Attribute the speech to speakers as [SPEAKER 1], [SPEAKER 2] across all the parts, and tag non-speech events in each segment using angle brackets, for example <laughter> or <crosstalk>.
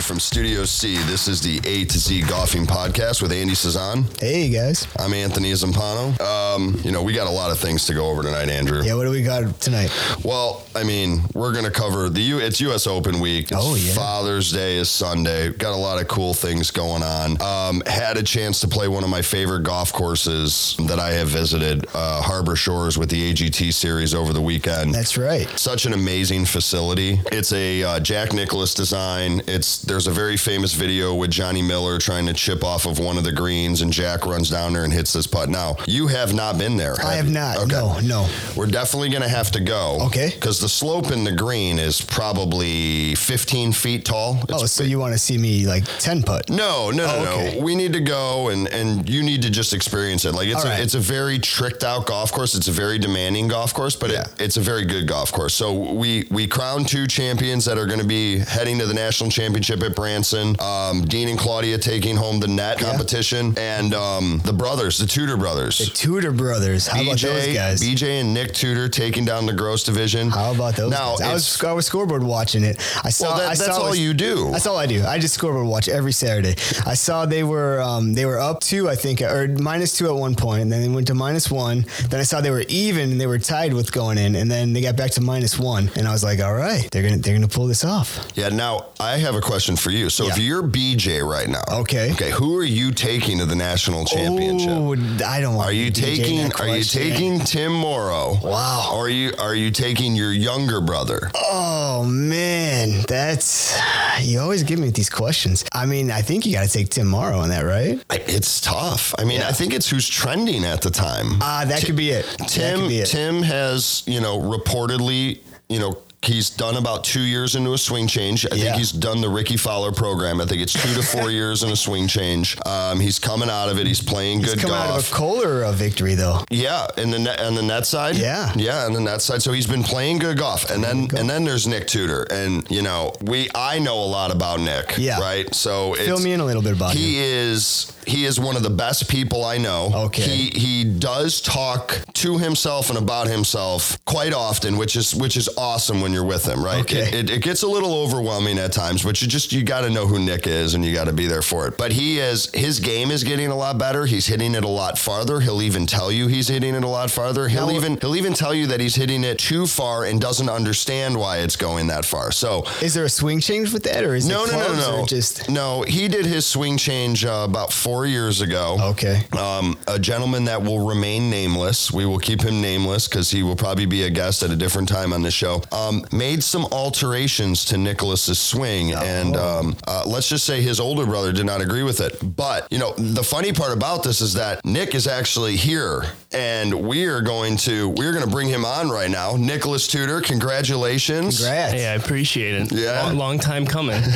[SPEAKER 1] from Studio C. This is the A to Z Golfing Podcast with Andy Cezanne.
[SPEAKER 2] Hey guys.
[SPEAKER 1] I'm Anthony Zampano. Um, you know, we got a lot of things to go over tonight, Andrew.
[SPEAKER 2] Yeah, what do we got tonight?
[SPEAKER 1] Well, I mean, we're going to cover the U. It's U.S. Open week. It's
[SPEAKER 2] Oh, yeah.
[SPEAKER 1] Father's Day is Sunday. Got a lot of cool things going on. Um, had a chance to play one of my favorite golf courses that I have visited, uh, Harbor Shores, with the AGT series over the weekend.
[SPEAKER 2] That's right.
[SPEAKER 1] such an amazing facility. It's a uh, Jack Nicholas design. It's there's a very famous video with Johnny Miller trying to chip off of one of the greens, and Jack runs down there and hits this putt. Now you have not been there.
[SPEAKER 2] I have
[SPEAKER 1] you?
[SPEAKER 2] not. No, no.
[SPEAKER 1] We're definitely going to have to go.
[SPEAKER 2] Okay.
[SPEAKER 1] Because the slope in the green is probably 15 feet tall. It's-
[SPEAKER 2] Oh, so you want to see me like 10 putt?
[SPEAKER 1] no, no, no,
[SPEAKER 2] Oh,
[SPEAKER 1] no.
[SPEAKER 2] okay.
[SPEAKER 1] We need to go, and and you need to just experience it. Like it's
[SPEAKER 2] All
[SPEAKER 1] a,
[SPEAKER 2] right.
[SPEAKER 1] it's a very tricked out golf course. It's a very demanding golf course, but
[SPEAKER 2] Yeah.
[SPEAKER 1] it, it's a very good golf course. So we we crown two champions that are going to be heading to the national championship at Branson. Um, Dean and Claudia taking home the net competition, and um, the brothers, the Tudor brothers.
[SPEAKER 2] Tudor brothers. How about those guys?
[SPEAKER 1] BJ and Nick Tudor taking down the Gross division.
[SPEAKER 2] How about those?
[SPEAKER 1] Now,
[SPEAKER 2] guys? I
[SPEAKER 1] it's-
[SPEAKER 2] was I was scoreboard watching it. I saw.
[SPEAKER 1] well, that,
[SPEAKER 2] I
[SPEAKER 1] that's
[SPEAKER 2] saw
[SPEAKER 1] all
[SPEAKER 2] was-
[SPEAKER 1] you do.
[SPEAKER 2] That's all I do. I just scoreboard watch every Saturday. I saw they were um, they were up two, I think, or minus two at one point, and then they went to minus one. Then I saw they were even and they were tied with going in, and then they got back to minus one, and I was like, all right, they're gonna they're gonna pull this off.
[SPEAKER 1] Yeah. Now I have a question for you. So if
[SPEAKER 2] Yeah.
[SPEAKER 1] you're BJ right now,
[SPEAKER 2] Okay.
[SPEAKER 1] okay, who are you taking to the national championship?
[SPEAKER 2] Oh, I don't. want
[SPEAKER 1] Are
[SPEAKER 2] to
[SPEAKER 1] you
[SPEAKER 2] be DJing
[SPEAKER 1] taking?
[SPEAKER 2] that
[SPEAKER 1] Are you
[SPEAKER 2] question.
[SPEAKER 1] taking Tim Morrow?
[SPEAKER 2] Wow.
[SPEAKER 1] Or are you are you taking your younger brother?
[SPEAKER 2] Oh man, that's you always give me these questions. I mean, I think you got to take Tim Morrow on that, right?
[SPEAKER 1] I- It's tough. I mean, I think it's who's trending at the time.
[SPEAKER 2] Ah, that could be it. that
[SPEAKER 1] Tim
[SPEAKER 2] could be it.
[SPEAKER 1] Tim has you know reportedly you know. He's done about two years into a swing change. I think
[SPEAKER 2] Yeah.
[SPEAKER 1] he's done the Ricky Fowler program. I think it's two to
[SPEAKER 2] <laughs>
[SPEAKER 1] four years in a swing change. Um, he's coming out of it. He's playing good
[SPEAKER 2] Come
[SPEAKER 1] golf.
[SPEAKER 2] out of a Kohler uh, victory though.
[SPEAKER 1] Yeah, and the net, and the net side.
[SPEAKER 2] Yeah.
[SPEAKER 1] yeah, and the net side. So he's been playing good golf, and then and then there's Nick Tudor, and you know we I know a lot about Nick.
[SPEAKER 2] Yeah.
[SPEAKER 1] right. So
[SPEAKER 2] Fill me in a little bit about him.
[SPEAKER 1] He is he is one of the best people I know.
[SPEAKER 2] Okay.
[SPEAKER 1] He he does talk to himself and about himself quite often, which is which is awesome when you're with him, right?
[SPEAKER 2] Okay.
[SPEAKER 1] It, it, it gets a little overwhelming at times, but you just you got to know who Nick is and you got to be there for it. But he is his game is getting a lot better. He's hitting it a lot farther. He'll even tell you he's hitting it a lot farther. He'll
[SPEAKER 2] Now-
[SPEAKER 1] even he'll even tell you that he's hitting it too far and doesn't understand why it's going that far. So
[SPEAKER 2] Is there a swing change with that, or is
[SPEAKER 1] no,
[SPEAKER 2] it
[SPEAKER 1] no, no,
[SPEAKER 2] clubs
[SPEAKER 1] no.
[SPEAKER 2] or just
[SPEAKER 1] no, he did his swing change uh, about four years ago.
[SPEAKER 2] okay?
[SPEAKER 1] Um, a gentleman that will remain nameless. We will keep him nameless because he will probably be a guest at a different time on the show. Um, made some alterations to Nicholas's
[SPEAKER 2] Oh.
[SPEAKER 1] swing, and um, uh, let's just say his older brother did not agree with it. But you know, the funny part about this is that Nick is actually here, and we are going to we're going to bring him on right now. Nicholas Tudor, congratulations!
[SPEAKER 2] Congrats.
[SPEAKER 3] Hey, I appreciate it.
[SPEAKER 1] Yeah.
[SPEAKER 3] Long, long time coming.
[SPEAKER 1] <laughs>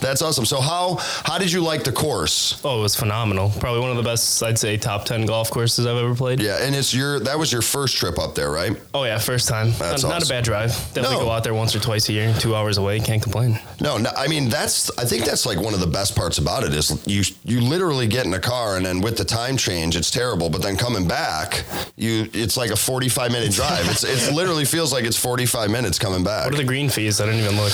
[SPEAKER 1] That's awesome. So how how did you like the course?
[SPEAKER 3] oh, it was phenomenal. Probably one of the best, I'd say, top 10 golf courses I've ever played.
[SPEAKER 1] Yeah, and it's your that was your first trip up there, right?
[SPEAKER 3] Oh, yeah, first time.
[SPEAKER 1] That's
[SPEAKER 3] not, not
[SPEAKER 1] awesome.
[SPEAKER 3] a bad drive. Definitely
[SPEAKER 1] No.
[SPEAKER 3] go out there once or twice a year, two hours away. Can't complain.
[SPEAKER 1] No, no, I mean that's I think that's like one of the best parts about it is you you literally get in a car and then with the time change it's terrible, but then coming back you it's like a forty five minute drive. it's it literally feels like it's forty five minutes coming back.
[SPEAKER 3] What are the green fees? I didn't even look.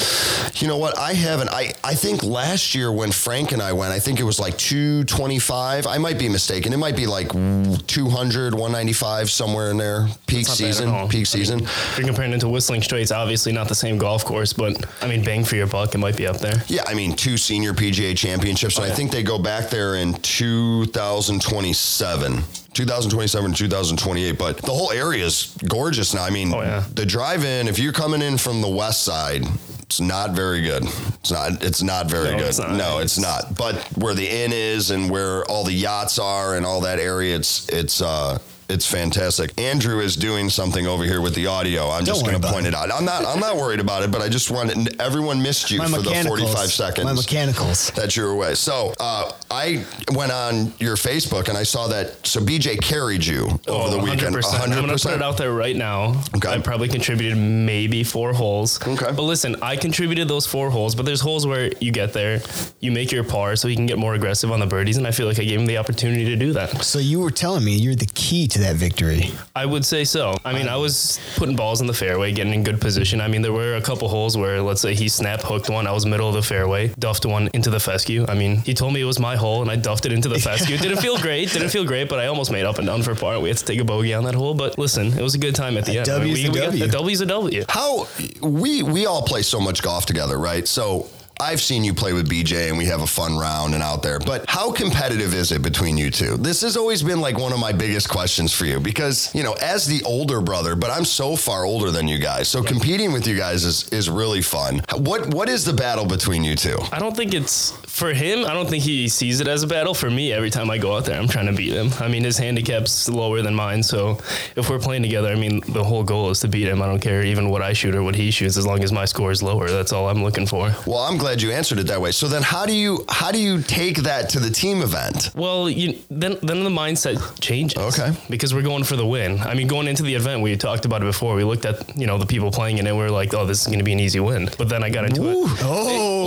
[SPEAKER 1] You know what? I haven't. I, I think last year when Frank and I went, I think it was like 225. I might be mistaken. It might be like 200, 195, somewhere in there. Peak
[SPEAKER 3] Not bad at
[SPEAKER 1] season.
[SPEAKER 3] all. I mean,
[SPEAKER 1] Peak season.
[SPEAKER 3] If you're comparing it to Whistling Straits, obviously not the same golf course, but I mean, bang for your buck, it might be up there.
[SPEAKER 1] Yeah, I mean, two senior PGA championships. And I think they go back there in 2027. 2027, 2028, but the whole area is gorgeous now. I mean,
[SPEAKER 3] Oh, yeah.
[SPEAKER 1] the drive-in. If you're coming in from the west side, it's not very good. It's not. It's not very
[SPEAKER 3] No,
[SPEAKER 1] good.
[SPEAKER 3] it's not.
[SPEAKER 1] No, it's not. But where the inn is and where all the yachts are and all that area, it's it's uh it's fantastic. Andrew is doing something over here with the audio. I'm just
[SPEAKER 2] worry
[SPEAKER 1] going to
[SPEAKER 2] about
[SPEAKER 1] point it.
[SPEAKER 2] it.
[SPEAKER 1] out. I'm not. I'm not worried about it. But I just want everyone missed you
[SPEAKER 2] my
[SPEAKER 1] for the
[SPEAKER 2] mechanicals.
[SPEAKER 1] 45 seconds
[SPEAKER 2] My mechanicals.
[SPEAKER 1] that you're away. So uh, I I went on your Facebook and I saw that. So BJ carried you over
[SPEAKER 3] Oh,
[SPEAKER 1] the weekend.
[SPEAKER 3] 100%. i am going to put it out there right now.
[SPEAKER 1] Okay.
[SPEAKER 3] I probably contributed maybe four holes.
[SPEAKER 1] Okay.
[SPEAKER 3] But listen, I contributed those four holes, but there's holes where you get there, you make your par so you can get more aggressive on the birdies, and I feel like I gave him the opportunity to do that.
[SPEAKER 2] So you were telling me you're the key to that victory.
[SPEAKER 3] I would say so. I mean, I was putting balls in the fairway, getting in good position. I mean, there were a couple holes where, let's say, he snap hooked one, I was middle of the fairway, duffed one into the fescue. I mean, he told me it was my hole, and I duffed
[SPEAKER 2] <laughs>
[SPEAKER 3] it into the fescue. It didn't feel great, didn't feel great, but I almost made up and down for par. We had to take a bogey on that hole, but listen, it was a good time at the end. I mean,
[SPEAKER 2] W's
[SPEAKER 3] we,
[SPEAKER 2] a
[SPEAKER 3] we
[SPEAKER 2] W.
[SPEAKER 3] got the W's a W.
[SPEAKER 1] How we we all play so much golf together, right? So I've seen you play with BJ and we have a fun round and out there. But how competitive is it between you two? This has always been like one of my biggest questions for you because, you know, as the older brother, but I'm so far older than you guys. So competing with you guys is is really fun. What what is the battle between you two?
[SPEAKER 3] I don't think it's for him. I don't think he sees it as a battle. For me, every time I go out there, I'm trying to beat him. I mean, his handicap's lower than mine. So if we're playing together, I mean, the whole goal is to beat him. I don't care even what I shoot or what he shoots, as long as my score is lower. That's all I'm looking for.
[SPEAKER 1] Well, I'm glad you answered it that way. So then how do you how do you take that to the team event?
[SPEAKER 3] Well, you, then then the mindset changes.
[SPEAKER 1] Okay.
[SPEAKER 3] Because we're going for the win. I mean, going into the event, we talked about it before. We looked at you know the people playing in it. We were like, oh, this is going to be an easy win. But then I got into it.
[SPEAKER 2] Oh,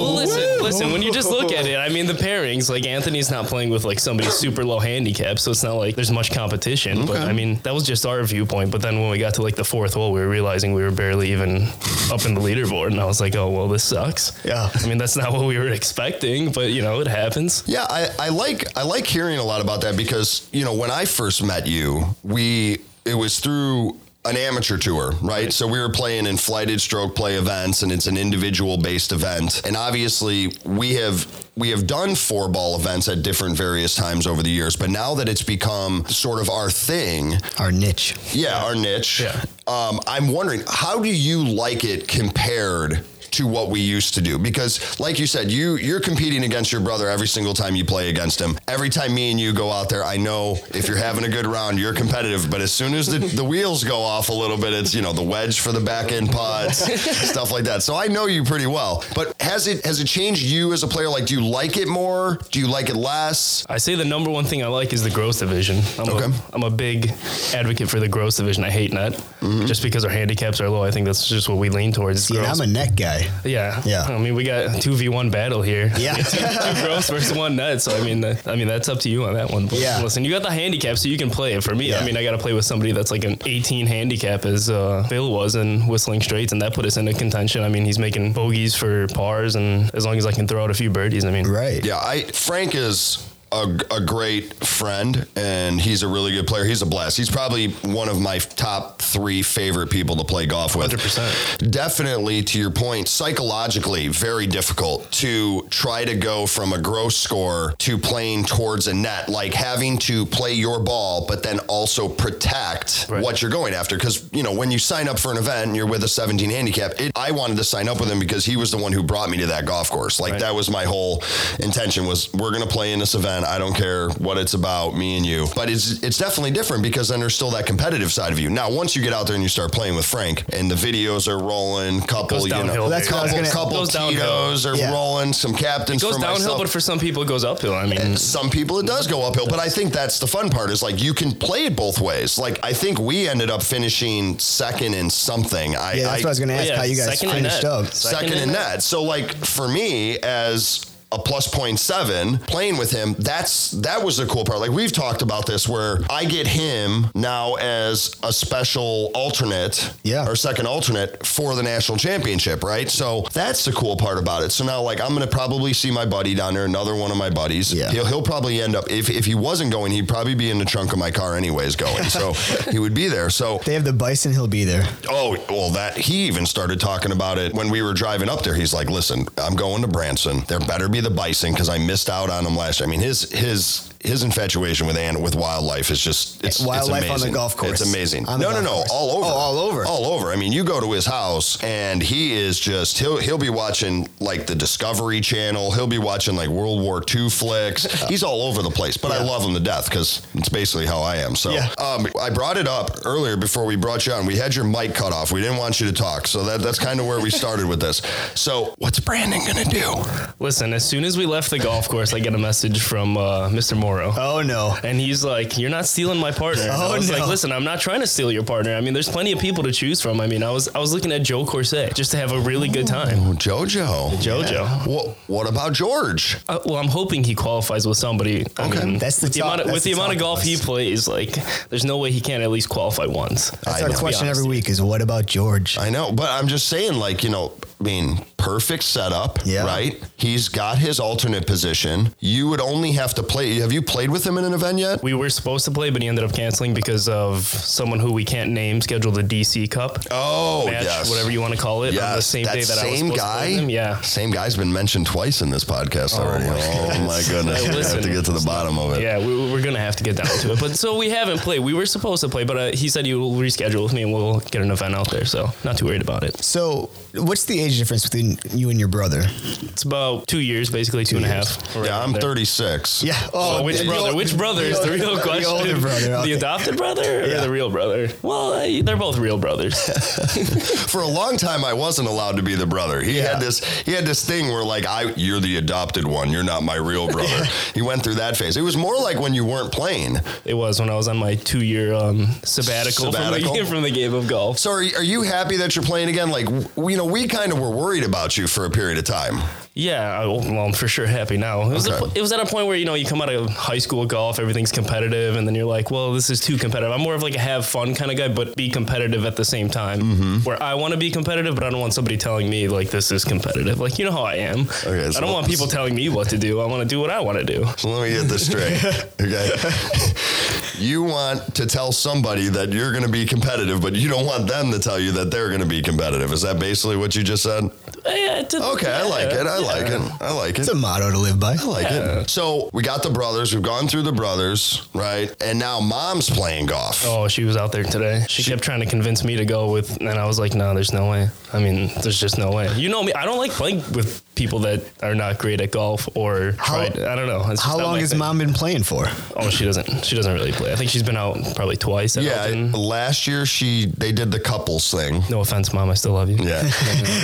[SPEAKER 3] Well, listen, listen. When you just look at it, I mean, the pairings. Like Anthony's not playing with like somebody super low handicap, so it's not like there's much competition. But I mean, that was just our viewpoint. But then when we got to like the fourth hole, we were realizing we were barely even up in the leaderboard, and I was like, oh well, this sucks.
[SPEAKER 2] Yeah.
[SPEAKER 3] I mean, that's not what we were expecting, but you know, it happens.
[SPEAKER 1] Yeah, I, I like I like hearing a lot about that because you know when I first met you, we it was through an amateur tour, right? So we were playing in flighted stroke play events, and it's an individual based event. And obviously, we have we have done four ball events at different various times over the years, but now that it's become sort of our thing,
[SPEAKER 2] our niche.
[SPEAKER 1] yeah, our niche.
[SPEAKER 3] Yeah.
[SPEAKER 1] Um, I'm wondering, how do you like it compared to what we used to do? Because, like you said, you you're competing against your brother every single time you play against him. Every time me and you go out there, I know if you're having a good round, you're competitive. But as soon as the, the wheels go off a little bit, it's you know the wedge for the back end pods, stuff like that. So I know you pretty well. But has it has it changed you as a player? Like, do you like it more? Do you like it less?
[SPEAKER 3] I say the number one thing I like is the growth division. I'm,
[SPEAKER 1] Okay.
[SPEAKER 3] a, I'm a big advocate for the growth division. I hate net just because our handicaps are low. I think that's just what we lean towards.
[SPEAKER 2] Mm-hmm. Yeah,
[SPEAKER 3] Gross.
[SPEAKER 2] I'm a neck guy.
[SPEAKER 3] Yeah.
[SPEAKER 2] Yeah.
[SPEAKER 3] I mean, we got two v one battle here. <laughs>
[SPEAKER 2] Yeah.
[SPEAKER 3] two gross versus one nut. So I mean, that, I mean that's up to you on that one. But
[SPEAKER 2] Yeah.
[SPEAKER 3] Listen, you got the handicap, so you can play it. For me,
[SPEAKER 2] Yeah.
[SPEAKER 3] I mean, I got to play with somebody that's like an 18 handicap, as uh, Phil was in Whistling Straits, and that put us into contention. I mean, he's making bogeys for pars, and as long as I can throw out a few birdies, I mean,
[SPEAKER 2] Right.
[SPEAKER 1] Yeah, I Frank is a, a great friend and he's a really good player. He's a blast. He's probably one of my top three favorite people to play golf with.
[SPEAKER 3] 100%.
[SPEAKER 1] Definitely, to your point, psychologically very difficult to try to go from a gross score to playing towards a net, like having to play your ball, but then also protect
[SPEAKER 3] Right.
[SPEAKER 1] what you're going after. Because you know when you sign up for an event and you're with a 17 handicap, it, I wanted to sign up with him because he was the one who brought me to that golf course. Like that was my whole intention was we're gonna play in this event. I don't care what it's about, me and you. But it's it's definitely different because then there's still that competitive side of you. Now once you get out there and you start playing with Frank and the videos are rolling, couple
[SPEAKER 3] Goes
[SPEAKER 1] you know,
[SPEAKER 3] downhill.
[SPEAKER 2] That's what
[SPEAKER 1] couple,
[SPEAKER 2] I was gonna-
[SPEAKER 1] couple
[SPEAKER 3] Goes downhill.
[SPEAKER 1] Tito's are
[SPEAKER 2] Yeah.
[SPEAKER 1] rolling, some captains
[SPEAKER 3] Goes
[SPEAKER 1] for
[SPEAKER 3] downhill,
[SPEAKER 1] myself
[SPEAKER 3] but for some people it goes uphill. I mean,
[SPEAKER 1] some people it does go uphill but i think that's the fun part is like you can play it both ways like i think we ended up finishing second in something i,
[SPEAKER 2] Yeah, that's
[SPEAKER 1] I
[SPEAKER 2] what I was gonna ask.
[SPEAKER 3] Yeah,
[SPEAKER 2] how you guys
[SPEAKER 3] second and
[SPEAKER 2] finished
[SPEAKER 3] net.
[SPEAKER 2] up?
[SPEAKER 3] Second
[SPEAKER 1] second, in
[SPEAKER 3] in
[SPEAKER 1] net. so like for me as a plus point seven playing with him that's that was the cool part like we've talked about this where i get him now as a special alternate
[SPEAKER 2] Yeah.
[SPEAKER 1] or second alternate for the national championship right so that's the cool part about it so now like i'm gonna probably see my buddy down there another one of my buddies
[SPEAKER 2] Yeah.
[SPEAKER 1] he'll, he'll probably end up if, if he wasn't going he'd probably be in the trunk of my car anyways going so he would be there so
[SPEAKER 2] They have the bison. He'll be there.
[SPEAKER 1] Oh, well, that he even started talking about it when we were driving up there. He's like, "Listen, I'm going to Branson. There better be the bison because I missed out on him last year." I mean, his his his infatuation with and with wildlife is just it's it's
[SPEAKER 2] Wildlife on the
[SPEAKER 1] amazing.
[SPEAKER 2] golf course.
[SPEAKER 1] It's amazing.
[SPEAKER 2] On the
[SPEAKER 1] no, no, no,
[SPEAKER 2] golf course.
[SPEAKER 1] all over.
[SPEAKER 2] Oh, all over.
[SPEAKER 1] All over. I mean, you go to his house and he is just he'll he'll be watching like the Discovery Channel. He'll be watching like World War II
[SPEAKER 2] <laughs>
[SPEAKER 1] flicks. He's all over the place. But I love him to death because it's basically how I am. So
[SPEAKER 2] Yeah.
[SPEAKER 1] um, I brought it up earlier before we brought you on. We had your mic cut off. We didn't want you to talk. So that that's kind of where we started with this. So what's Brandon gonna do?
[SPEAKER 3] Listen, as soon as we left the golf course, I get a message from uh, Mr. Morrow.
[SPEAKER 2] Oh no.
[SPEAKER 3] And he's like, "You're not stealing my partner." And
[SPEAKER 2] Oh,
[SPEAKER 3] I was
[SPEAKER 2] no.
[SPEAKER 3] like, "Listen, I'm not trying to steal your partner. I mean, there's plenty of people to choose from. I mean, I was I was looking at Joe Corset just to have a really
[SPEAKER 2] Oh,
[SPEAKER 3] good time.
[SPEAKER 1] Jojo.
[SPEAKER 3] Jojo.
[SPEAKER 1] What what about George?
[SPEAKER 3] Uh, well, I'm hoping he qualifies with somebody. I
[SPEAKER 1] Okay.
[SPEAKER 3] mean,
[SPEAKER 2] That's the
[SPEAKER 3] with the
[SPEAKER 2] top-
[SPEAKER 3] amount of,
[SPEAKER 2] that's
[SPEAKER 3] with
[SPEAKER 2] the
[SPEAKER 3] the amount of
[SPEAKER 2] top
[SPEAKER 3] golf he
[SPEAKER 2] list.
[SPEAKER 3] plays. Like, there's no way he can't at least qualify once.
[SPEAKER 2] That's
[SPEAKER 1] I
[SPEAKER 2] our
[SPEAKER 1] know.
[SPEAKER 2] question
[SPEAKER 3] Be honest.
[SPEAKER 2] every week is what about George?
[SPEAKER 1] I know, but I'm just saying, like, you know, I mean, perfect setup,
[SPEAKER 2] Yeah.
[SPEAKER 1] right? He's got his alternate position. You would only have to play. Have you played with him in an event yet?
[SPEAKER 3] We were supposed to play, but he ended up canceling because of someone who we can't name scheduled the DC Cup
[SPEAKER 1] Oh,
[SPEAKER 3] match,
[SPEAKER 1] yes.
[SPEAKER 3] whatever you want to call it, on the
[SPEAKER 1] Yes,
[SPEAKER 3] same day that I
[SPEAKER 1] same
[SPEAKER 3] was supposed
[SPEAKER 1] guy.
[SPEAKER 3] to play him. Yeah.
[SPEAKER 1] Same guy's been mentioned twice in this podcast already.
[SPEAKER 3] my
[SPEAKER 1] oh my goodness, we
[SPEAKER 3] Hey,
[SPEAKER 1] have to
[SPEAKER 3] <laughs> listen.
[SPEAKER 1] get to the bottom of it.
[SPEAKER 3] Yeah, we, we're gonna have to get down to it. But so we haven't played. We were supposed to play, but uh, he said he will reschedule with me, and we'll get an event out there. So not too worried about it.
[SPEAKER 2] So, what's the age difference between you and your brother?
[SPEAKER 3] It's about two years, basically two and a
[SPEAKER 2] years.
[SPEAKER 3] half.
[SPEAKER 1] Yeah,
[SPEAKER 3] around
[SPEAKER 1] I'm
[SPEAKER 3] there.
[SPEAKER 1] 36.
[SPEAKER 2] Oh,
[SPEAKER 3] Oh, which
[SPEAKER 2] the-
[SPEAKER 3] brother?
[SPEAKER 2] the-
[SPEAKER 3] Which brother is the real question?
[SPEAKER 2] older brother, okay.
[SPEAKER 3] the adopted brother or
[SPEAKER 2] Yeah.
[SPEAKER 3] the real brother? Well, I, they're both real brothers.
[SPEAKER 1] For a long time, I wasn't allowed to be the brother. He had this. He had this thing where like, I, you're the adopted one. You're not my real brother. he went through that phase. It was more like when you weren't playing.
[SPEAKER 3] it was when I was on my two-year um, sabbatical,
[SPEAKER 1] Sabbatical?
[SPEAKER 3] From, the, <laughs> from the game of golf.
[SPEAKER 1] So are, are you happy that you're playing again? Like, w- you know, we kind of were worried about you for a period of time.
[SPEAKER 3] Yeah, I, well, I'm for sure happy now. It was, a
[SPEAKER 1] Okay.
[SPEAKER 3] po- it was at a point where you know you come out of high school golf, everything's competitive, and then you're like, well, this is too competitive. I'm more of like a have fun kind of guy, but be competitive at the same time.
[SPEAKER 1] Mm-hmm.
[SPEAKER 3] Where I want to be competitive, but I don't want somebody telling me like this is competitive. Like you know how I am.
[SPEAKER 1] Okay,
[SPEAKER 3] I
[SPEAKER 1] so
[SPEAKER 3] don't
[SPEAKER 1] <laughs>
[SPEAKER 3] want people telling me what to do. I want to do what I want to do.
[SPEAKER 1] So let me get this straight. Okay. you want to tell somebody that you're going to be competitive, but you don't want them to tell you that they're going to be competitive. Is that basically what you just said?
[SPEAKER 3] Yeah, it's a-
[SPEAKER 1] Okay. I like it. I like it. I like it.
[SPEAKER 2] It's a motto to live by.
[SPEAKER 1] I like it. So we got the brothers. We've gone through the brothers, right? And now mom's playing golf.
[SPEAKER 3] Oh, she was out there today. She, kept trying to convince me to go with, and I was like, no, there's no way. I mean, there's just no way. You know me. I don't like playing with people that are not great at golf or
[SPEAKER 2] How-
[SPEAKER 3] tried. I don't know. It's just
[SPEAKER 2] How
[SPEAKER 3] not
[SPEAKER 2] long
[SPEAKER 3] my
[SPEAKER 2] has
[SPEAKER 3] thing.
[SPEAKER 2] mom been playing for?
[SPEAKER 3] Oh, she doesn't. She doesn't really play. I think she's been out probably twice. At
[SPEAKER 1] Yeah.
[SPEAKER 3] Elgin.
[SPEAKER 1] Last year she they did the couples thing.
[SPEAKER 3] No offense, mom. I still love you. <laughs>
[SPEAKER 1] Yeah.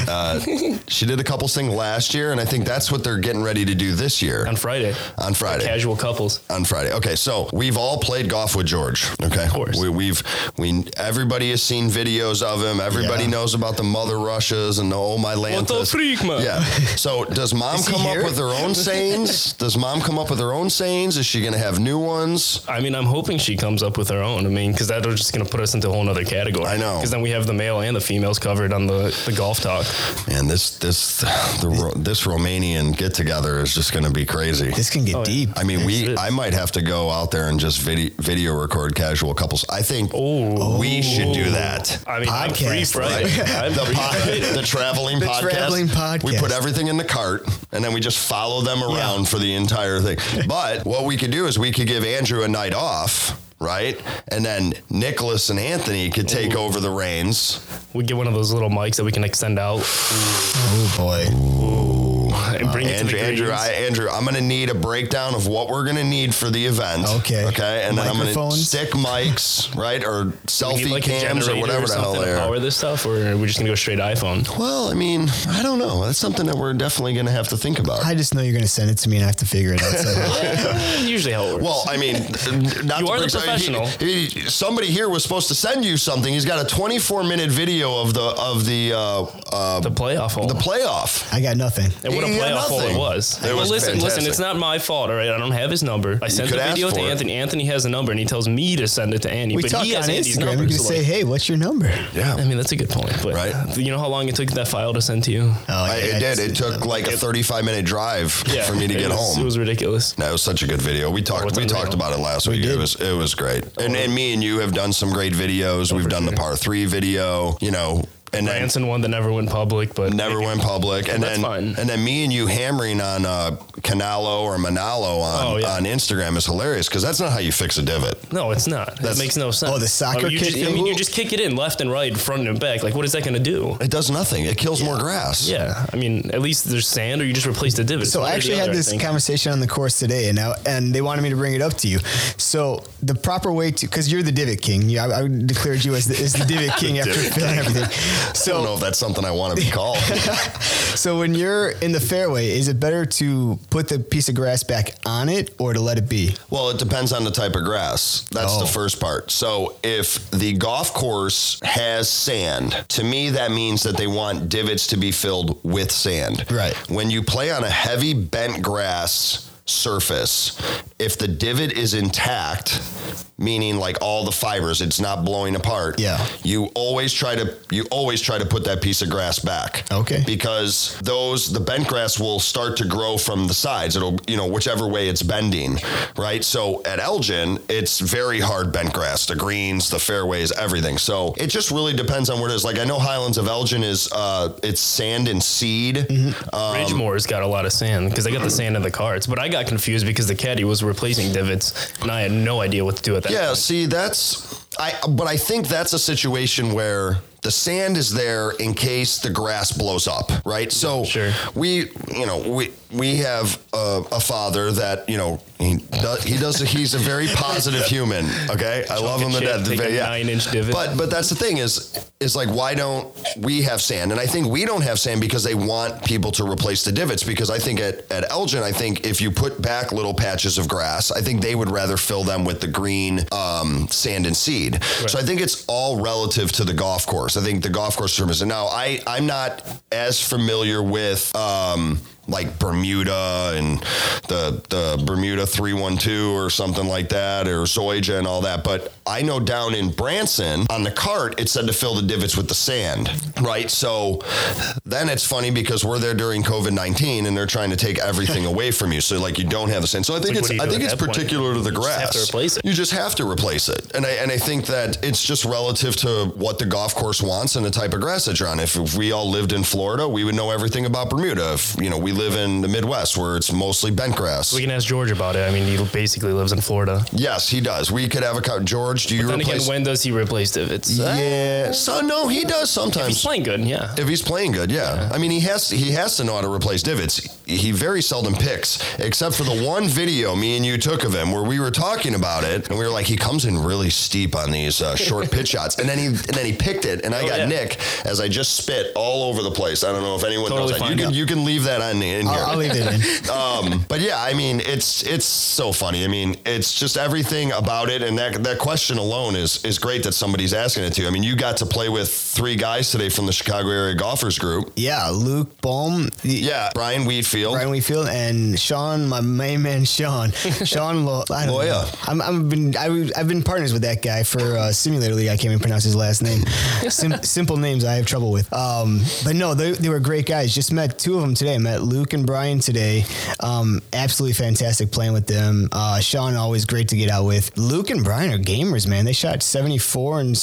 [SPEAKER 1] uh, she did a couples thing last year, and I think that's what they're getting ready to do this year
[SPEAKER 3] On Friday,
[SPEAKER 1] on Friday.
[SPEAKER 3] casual couples.
[SPEAKER 1] On Friday. Okay, so we've all played golf with George. Okay, of
[SPEAKER 3] course.
[SPEAKER 1] We, we've we everybody has seen videos of him. Everybody
[SPEAKER 2] Yeah.
[SPEAKER 1] knows about the mother rushes and the oh my land.
[SPEAKER 3] the freak, man? <laughs>
[SPEAKER 1] Yeah. So does mom
[SPEAKER 2] he
[SPEAKER 1] come up
[SPEAKER 2] here?
[SPEAKER 1] with her own sayings? does mom come up with her own sayings? Is she gonna have new ones?
[SPEAKER 3] I mean, I'm hoping she comes up with her own. I mean, because that'll just gonna put us into a whole other category.
[SPEAKER 1] I know.
[SPEAKER 3] Because then we have the male and the females covered on the, the golf talk.
[SPEAKER 1] Man, this this the Ro- this Romanian get together is just gonna be crazy.
[SPEAKER 2] This can get
[SPEAKER 3] Oh,
[SPEAKER 2] deep.
[SPEAKER 1] I mean, we.
[SPEAKER 3] it.
[SPEAKER 1] I might have to go out there and just video, video record casual couples. I think we should do that.
[SPEAKER 3] Oh. <laughs> I mean, I'm
[SPEAKER 2] Podcast,
[SPEAKER 3] free Friday. I'm
[SPEAKER 1] The,
[SPEAKER 3] free Friday.
[SPEAKER 1] pod, the traveling
[SPEAKER 2] The
[SPEAKER 1] podcast.
[SPEAKER 2] traveling podcast.
[SPEAKER 1] We put everything in the cart and then we just follow them around for the entire thing. But what we could do is we could give Andrew a night off. Right, and then Nicholas and Anthony could take over the reins.
[SPEAKER 3] We get one of those little mics that we can extend out
[SPEAKER 2] Oh boy.
[SPEAKER 3] <sighs> and bring it to
[SPEAKER 1] Andrew,
[SPEAKER 3] the
[SPEAKER 1] Andrew,
[SPEAKER 3] greens.
[SPEAKER 1] I, Andrew, I'm gonna need a breakdown of what we're gonna need for the event.
[SPEAKER 2] Okay.
[SPEAKER 1] Okay. And then I'm gonna
[SPEAKER 2] Microphones?
[SPEAKER 1] stick mics, right, or
[SPEAKER 3] We
[SPEAKER 1] selfie
[SPEAKER 3] need, like, a
[SPEAKER 1] cams or
[SPEAKER 3] generator
[SPEAKER 1] whatever the hell
[SPEAKER 3] something to
[SPEAKER 1] they are.
[SPEAKER 3] Power this stuff, or are we just gonna go straight iPhone?
[SPEAKER 1] Well, I mean, I don't know. That's something that we're definitely gonna have to think about.
[SPEAKER 2] I just know you're going to send it to me and I have to figure it out. somehow.
[SPEAKER 3] <laughs> Usually how it
[SPEAKER 1] <laughs>
[SPEAKER 3] works.
[SPEAKER 1] well, I mean,
[SPEAKER 2] <laughs>
[SPEAKER 1] uh, not
[SPEAKER 3] You
[SPEAKER 1] to
[SPEAKER 3] are the
[SPEAKER 1] bring-
[SPEAKER 3] professional.
[SPEAKER 1] he- he- somebody here was supposed to send you something. He's got a 24 minute video of the of the uh, uh,
[SPEAKER 3] the
[SPEAKER 1] the,
[SPEAKER 3] playoff hole.
[SPEAKER 1] playoff.
[SPEAKER 2] I got nothing.
[SPEAKER 3] and what a
[SPEAKER 1] Yeah,
[SPEAKER 3] playoff hole
[SPEAKER 1] nothing.
[SPEAKER 3] it was.
[SPEAKER 1] It
[SPEAKER 3] Well,
[SPEAKER 1] was
[SPEAKER 3] listen,
[SPEAKER 1] fantastic.
[SPEAKER 3] listen, it's not my fault, all right? I don't have his number. I sent the
[SPEAKER 1] could ask
[SPEAKER 3] video to
[SPEAKER 1] for it.
[SPEAKER 3] Anthony. Anthony has the number, and he tells me to send it to Andy.
[SPEAKER 2] We
[SPEAKER 3] but
[SPEAKER 2] talk
[SPEAKER 3] he
[SPEAKER 2] on
[SPEAKER 3] has Andy's
[SPEAKER 2] Instagram.
[SPEAKER 3] number.
[SPEAKER 2] We can
[SPEAKER 3] so,
[SPEAKER 2] say,
[SPEAKER 3] like,
[SPEAKER 2] hey, what's your number?
[SPEAKER 1] Yeah.
[SPEAKER 3] I mean, that's a good point. But
[SPEAKER 1] Right.
[SPEAKER 3] you know how long it took that file to send to you?
[SPEAKER 2] Oh,
[SPEAKER 1] I,
[SPEAKER 2] yeah,
[SPEAKER 1] it did. It took like a 35 minute drive for me to
[SPEAKER 3] it
[SPEAKER 1] get
[SPEAKER 3] was-
[SPEAKER 1] home.
[SPEAKER 3] It was ridiculous.
[SPEAKER 1] That was such a good video. We talked.
[SPEAKER 3] it's
[SPEAKER 1] we
[SPEAKER 3] unreal.
[SPEAKER 1] talked about it last week. It
[SPEAKER 2] did.
[SPEAKER 1] was it was great. And, and me and you have done some great videos. We've done the par three video. You know. and then
[SPEAKER 3] Branson one that never went public, but
[SPEAKER 1] never went public. And
[SPEAKER 3] That's
[SPEAKER 1] then
[SPEAKER 3] fine.
[SPEAKER 1] and then me and you hammering on uh, Canalo or Manalo on
[SPEAKER 3] Oh, yeah.
[SPEAKER 1] on Instagram is hilarious because that's not how you fix a divot.
[SPEAKER 3] No, it's not. That makes no sense.
[SPEAKER 2] Oh, the soccer
[SPEAKER 3] I mean, you
[SPEAKER 2] kick
[SPEAKER 3] just- I
[SPEAKER 2] thing?
[SPEAKER 3] mean, you just kick it in left and right, front and back. Like, what is that going to do?
[SPEAKER 1] It does nothing. It kills more grass.
[SPEAKER 3] Yeah, I mean, at least there's sand, or you just replace the divot.
[SPEAKER 2] So I actually had this conversation on the course today, and I, and they wanted me to bring it up to you. So the proper way to, because you're the divot king, you, I, I declared you as the, as the divot
[SPEAKER 1] <laughs>
[SPEAKER 2] king after
[SPEAKER 1] divot
[SPEAKER 2] filling
[SPEAKER 1] <laughs>
[SPEAKER 2] everything.
[SPEAKER 1] I don't know
[SPEAKER 2] So
[SPEAKER 1] if that's something I want to
[SPEAKER 3] <laughs>
[SPEAKER 1] be called.
[SPEAKER 2] so when you're in the fairway, is it better to put the piece of grass back on it or to let it be?
[SPEAKER 1] well, it depends on the type of grass. That's the
[SPEAKER 2] Oh.
[SPEAKER 1] first part. So, if the golf course has sand, to me, that means that they want divots to be filled with sand.
[SPEAKER 2] Right.
[SPEAKER 1] When you play on a heavy bent grass surface, if the divot is intact, meaning like all the fibers, it's not blowing apart.
[SPEAKER 2] Yeah.
[SPEAKER 1] You always try to you always try to put that piece of grass back.
[SPEAKER 2] Okay.
[SPEAKER 1] because those the bent grass will start to grow from the sides. It'll you know whichever way it's bending, right? So at Elgin, it's very hard bent grass, the greens, the fairways, everything. So it just really depends on where it is. Like I know Highlands of Elgin is uh, it's sand and seed.
[SPEAKER 3] Um,
[SPEAKER 1] Uh,
[SPEAKER 3] Ridgemore's got a lot of sand because they got the sand in the carts, but I got confused because the caddy was replacing divots, and I had no idea what to do at that.
[SPEAKER 1] yeah,
[SPEAKER 3] point.
[SPEAKER 1] see that's I but I think that's a situation where. The sand is there in case the grass blows up, right? So
[SPEAKER 3] Sure.
[SPEAKER 1] we you know we we have a, a father that you know he does, he does he's a
[SPEAKER 3] <laughs>
[SPEAKER 1] very positive human okay i love him to
[SPEAKER 3] chip,
[SPEAKER 1] death
[SPEAKER 3] take a
[SPEAKER 1] yeah.
[SPEAKER 3] nine-inch divot.
[SPEAKER 1] but but that's the thing is is like why don't we have sand and i think we don't have sand because they want people to replace the divots because i think at, at elgin i think if you put back little patches of grass i think they would rather fill them with the green um, sand and seed so i think it's all relative to the golf course i think the golf course term is and now i i'm not as familiar with um, like Bermuda and the the Bermuda 312 or something like that or Zoysia and all that but I know down in Branson on the cart it said to fill the divots with the sand right so then it's funny because we're there during COVID-19 and they're trying to take
[SPEAKER 3] <laughs>
[SPEAKER 1] everything away from you so like you don't have the sand so I think
[SPEAKER 3] Like, what do
[SPEAKER 1] it's
[SPEAKER 3] you
[SPEAKER 1] I
[SPEAKER 3] do
[SPEAKER 1] think
[SPEAKER 3] at
[SPEAKER 1] it's
[SPEAKER 3] that point?
[SPEAKER 1] particular to the
[SPEAKER 3] You just
[SPEAKER 1] grass
[SPEAKER 3] have to replace it.
[SPEAKER 1] you just have to replace it. And I and I think that it's just relative to what the golf course wants and the type of grass that you're on. If, if we all lived in Florida, we would know everything about Bermuda. If you know, we live in the Midwest where it's mostly bent grass.
[SPEAKER 3] we can ask George about it. I mean, he basically lives in Florida.
[SPEAKER 1] yes, he does. We could have a count. George, do you
[SPEAKER 3] Then again,
[SPEAKER 1] replace?
[SPEAKER 3] when does he replace divots?
[SPEAKER 1] yeah. So no, he does
[SPEAKER 3] He's
[SPEAKER 1] sometimes.
[SPEAKER 3] playing good. Yeah,
[SPEAKER 1] If he's playing good, yeah. I mean, he has he has to know how to replace divots. He very seldom picks, except for the one video me and you took of him where we were talking about it, and we were like, he comes in really steep on these uh,
[SPEAKER 2] <laughs>
[SPEAKER 1] short pitch shots, and then he and then he picked it, and I
[SPEAKER 2] Oh,
[SPEAKER 1] got
[SPEAKER 3] yeah.
[SPEAKER 1] Nick as I just spit all over the place. I don't know if anyone
[SPEAKER 3] Totally
[SPEAKER 1] knows that. You
[SPEAKER 3] fine,
[SPEAKER 1] can
[SPEAKER 3] yeah.
[SPEAKER 1] you can leave that on in here.
[SPEAKER 2] I'll, I'll leave it
[SPEAKER 1] <laughs>
[SPEAKER 2] in.
[SPEAKER 1] um, but yeah, I mean, it's it's so funny. I mean, it's just everything about it, and that that question alone is is great that somebody's asking it to. you. I mean, you got to play with three guys today from the Chicago area golfers group.
[SPEAKER 2] Yeah, Luke Baum.
[SPEAKER 1] Yeah, Brian Wheatfield.
[SPEAKER 2] Brian Wheatfield and Sean, my main man Sean, Sean Lo- I don't
[SPEAKER 1] Loya.
[SPEAKER 2] know. I'm, I'm been I, was- I've been partners with that guy for uh, Simulator League. I can't even pronounce his last name. Sim- simple names I have trouble with. Um, but no, they, they were great guys. Just met two of them today. Met Luke and Brian today. Um, absolutely fantastic playing with them. Uh, Sean always great to get out with. Luke and Brian are gamers, man. They shot 74 and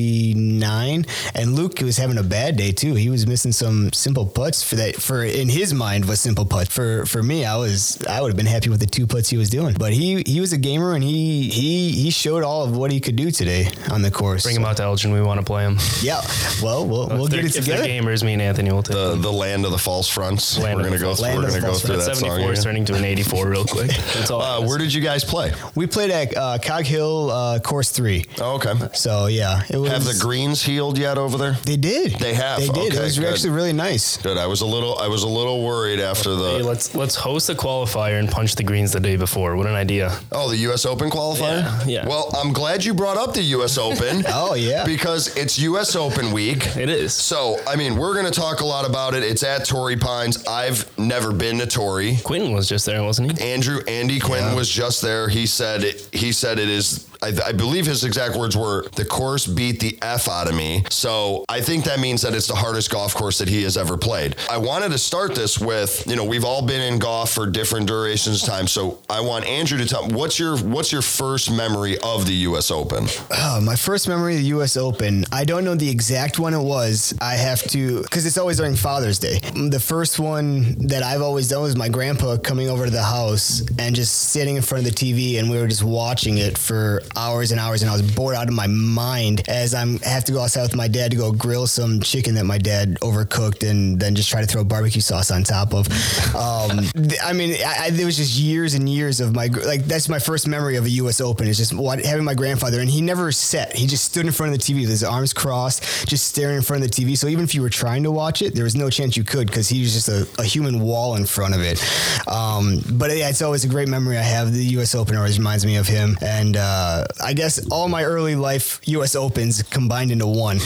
[SPEAKER 2] 79, and Luke was having a bad day too. He was missing some simple putts for that. For in his mind was simple putt. For for me, I was I would have been happy with the two putts he was doing. But he he was a gamer, and he he he showed all of what he could do today on the course.
[SPEAKER 3] bring him out to Elgin. We want to play him.
[SPEAKER 2] Yeah. Well, we'll we'll get
[SPEAKER 3] if they're-
[SPEAKER 2] it
[SPEAKER 3] if they're
[SPEAKER 2] together.
[SPEAKER 3] gamers, me and Anthony will take.
[SPEAKER 1] The,
[SPEAKER 3] him.
[SPEAKER 1] the land of the false fronts.
[SPEAKER 3] Land
[SPEAKER 1] we're
[SPEAKER 3] of
[SPEAKER 1] gonna
[SPEAKER 3] the
[SPEAKER 1] go
[SPEAKER 3] false
[SPEAKER 1] through.
[SPEAKER 2] fronts.
[SPEAKER 1] We're
[SPEAKER 2] Land
[SPEAKER 1] gonna
[SPEAKER 2] of the
[SPEAKER 1] go
[SPEAKER 2] false
[SPEAKER 1] through
[SPEAKER 3] That
[SPEAKER 1] that
[SPEAKER 3] 74
[SPEAKER 1] song.
[SPEAKER 3] is
[SPEAKER 1] yeah.
[SPEAKER 3] turning to an 84
[SPEAKER 1] <laughs>
[SPEAKER 3] real quick. That's all.
[SPEAKER 1] Uh, where did you guys play?
[SPEAKER 2] We played at uh, Cog Hill uh, Course Three.
[SPEAKER 1] Oh, okay.
[SPEAKER 2] So yeah, it was.
[SPEAKER 1] Have the greens healed yet over there?
[SPEAKER 2] they did.
[SPEAKER 1] They have,
[SPEAKER 2] They did.
[SPEAKER 1] okay,
[SPEAKER 2] it was
[SPEAKER 1] good.
[SPEAKER 2] actually really nice.
[SPEAKER 1] Good. I was a little. I was a little worried after
[SPEAKER 3] Hey,
[SPEAKER 1] the.
[SPEAKER 3] let's let's host a qualifier and punch the greens the day before. What an idea!
[SPEAKER 1] Oh, the U.S. Open qualifier.
[SPEAKER 3] Yeah, yeah.
[SPEAKER 1] Well, I'm glad you brought up the U.S. Open.
[SPEAKER 2] Oh, yeah.
[SPEAKER 1] Because it's U.S. Open week.
[SPEAKER 3] <laughs> It is.
[SPEAKER 1] So, I mean, we're going to talk a lot about it. It's at Torrey Pines. I've never been to Tory.
[SPEAKER 3] Quinton was just there, wasn't he?
[SPEAKER 1] Andrew Andy Quinn was just there. He said he said it is. I, I believe his exact words were the course beat the f out of me. So I think that means that it's the hardest golf course that he has ever played. I wanted to start this with you know we've all been in golf for different durations of time. So I want Andrew to tell what's your what's your first memory of the U.S. Open.
[SPEAKER 2] Oh, my first memory of the U.S. Open. I don't know the exact one it was. I have to because it's always during Father's Day. The first one that I've always done was my grandpa coming over to the house and just sitting in front of the TV, and we were just watching it for hours and hours, and I was bored out of my mind as I'm I have to go outside with my dad to go grill some chicken that my dad overcooked, and then just try to throw barbecue sauce on top of. Um, th- I mean, I, I, there was just years and years of my gr- like that's my first memory of a U.S. Open is just what, having my grandfather, and he never sat. He just stood in front of the TV with his arms crossed, just staring in front of the TV. So even if you were trying to watch it, there was no chance you could because he was just a, a human wall in front of it. Um, but yeah, it's always a great memory I have. The U.S. Open always reminds me of him, and uh, I guess all my early life U.S. Opens combined into one.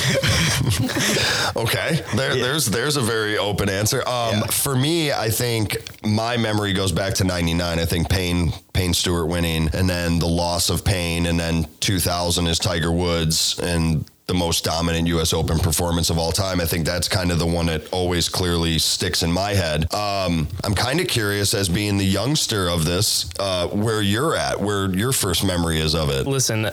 [SPEAKER 1] Okay, there, there's there's a very open answer. Um,
[SPEAKER 2] Yeah.
[SPEAKER 1] For me, I think my memory goes back to '99. I think Payne Payne Stewart winning, and then the loss of Payne, and then 2000 is Tiger Woods and. The most dominant U.S. Open performance of all time. I think that's kind of the one that always clearly sticks in my head. Um, I'm kind of curious, as being the youngster of this, uh, where you're at, where your first memory is of it.
[SPEAKER 3] Listen,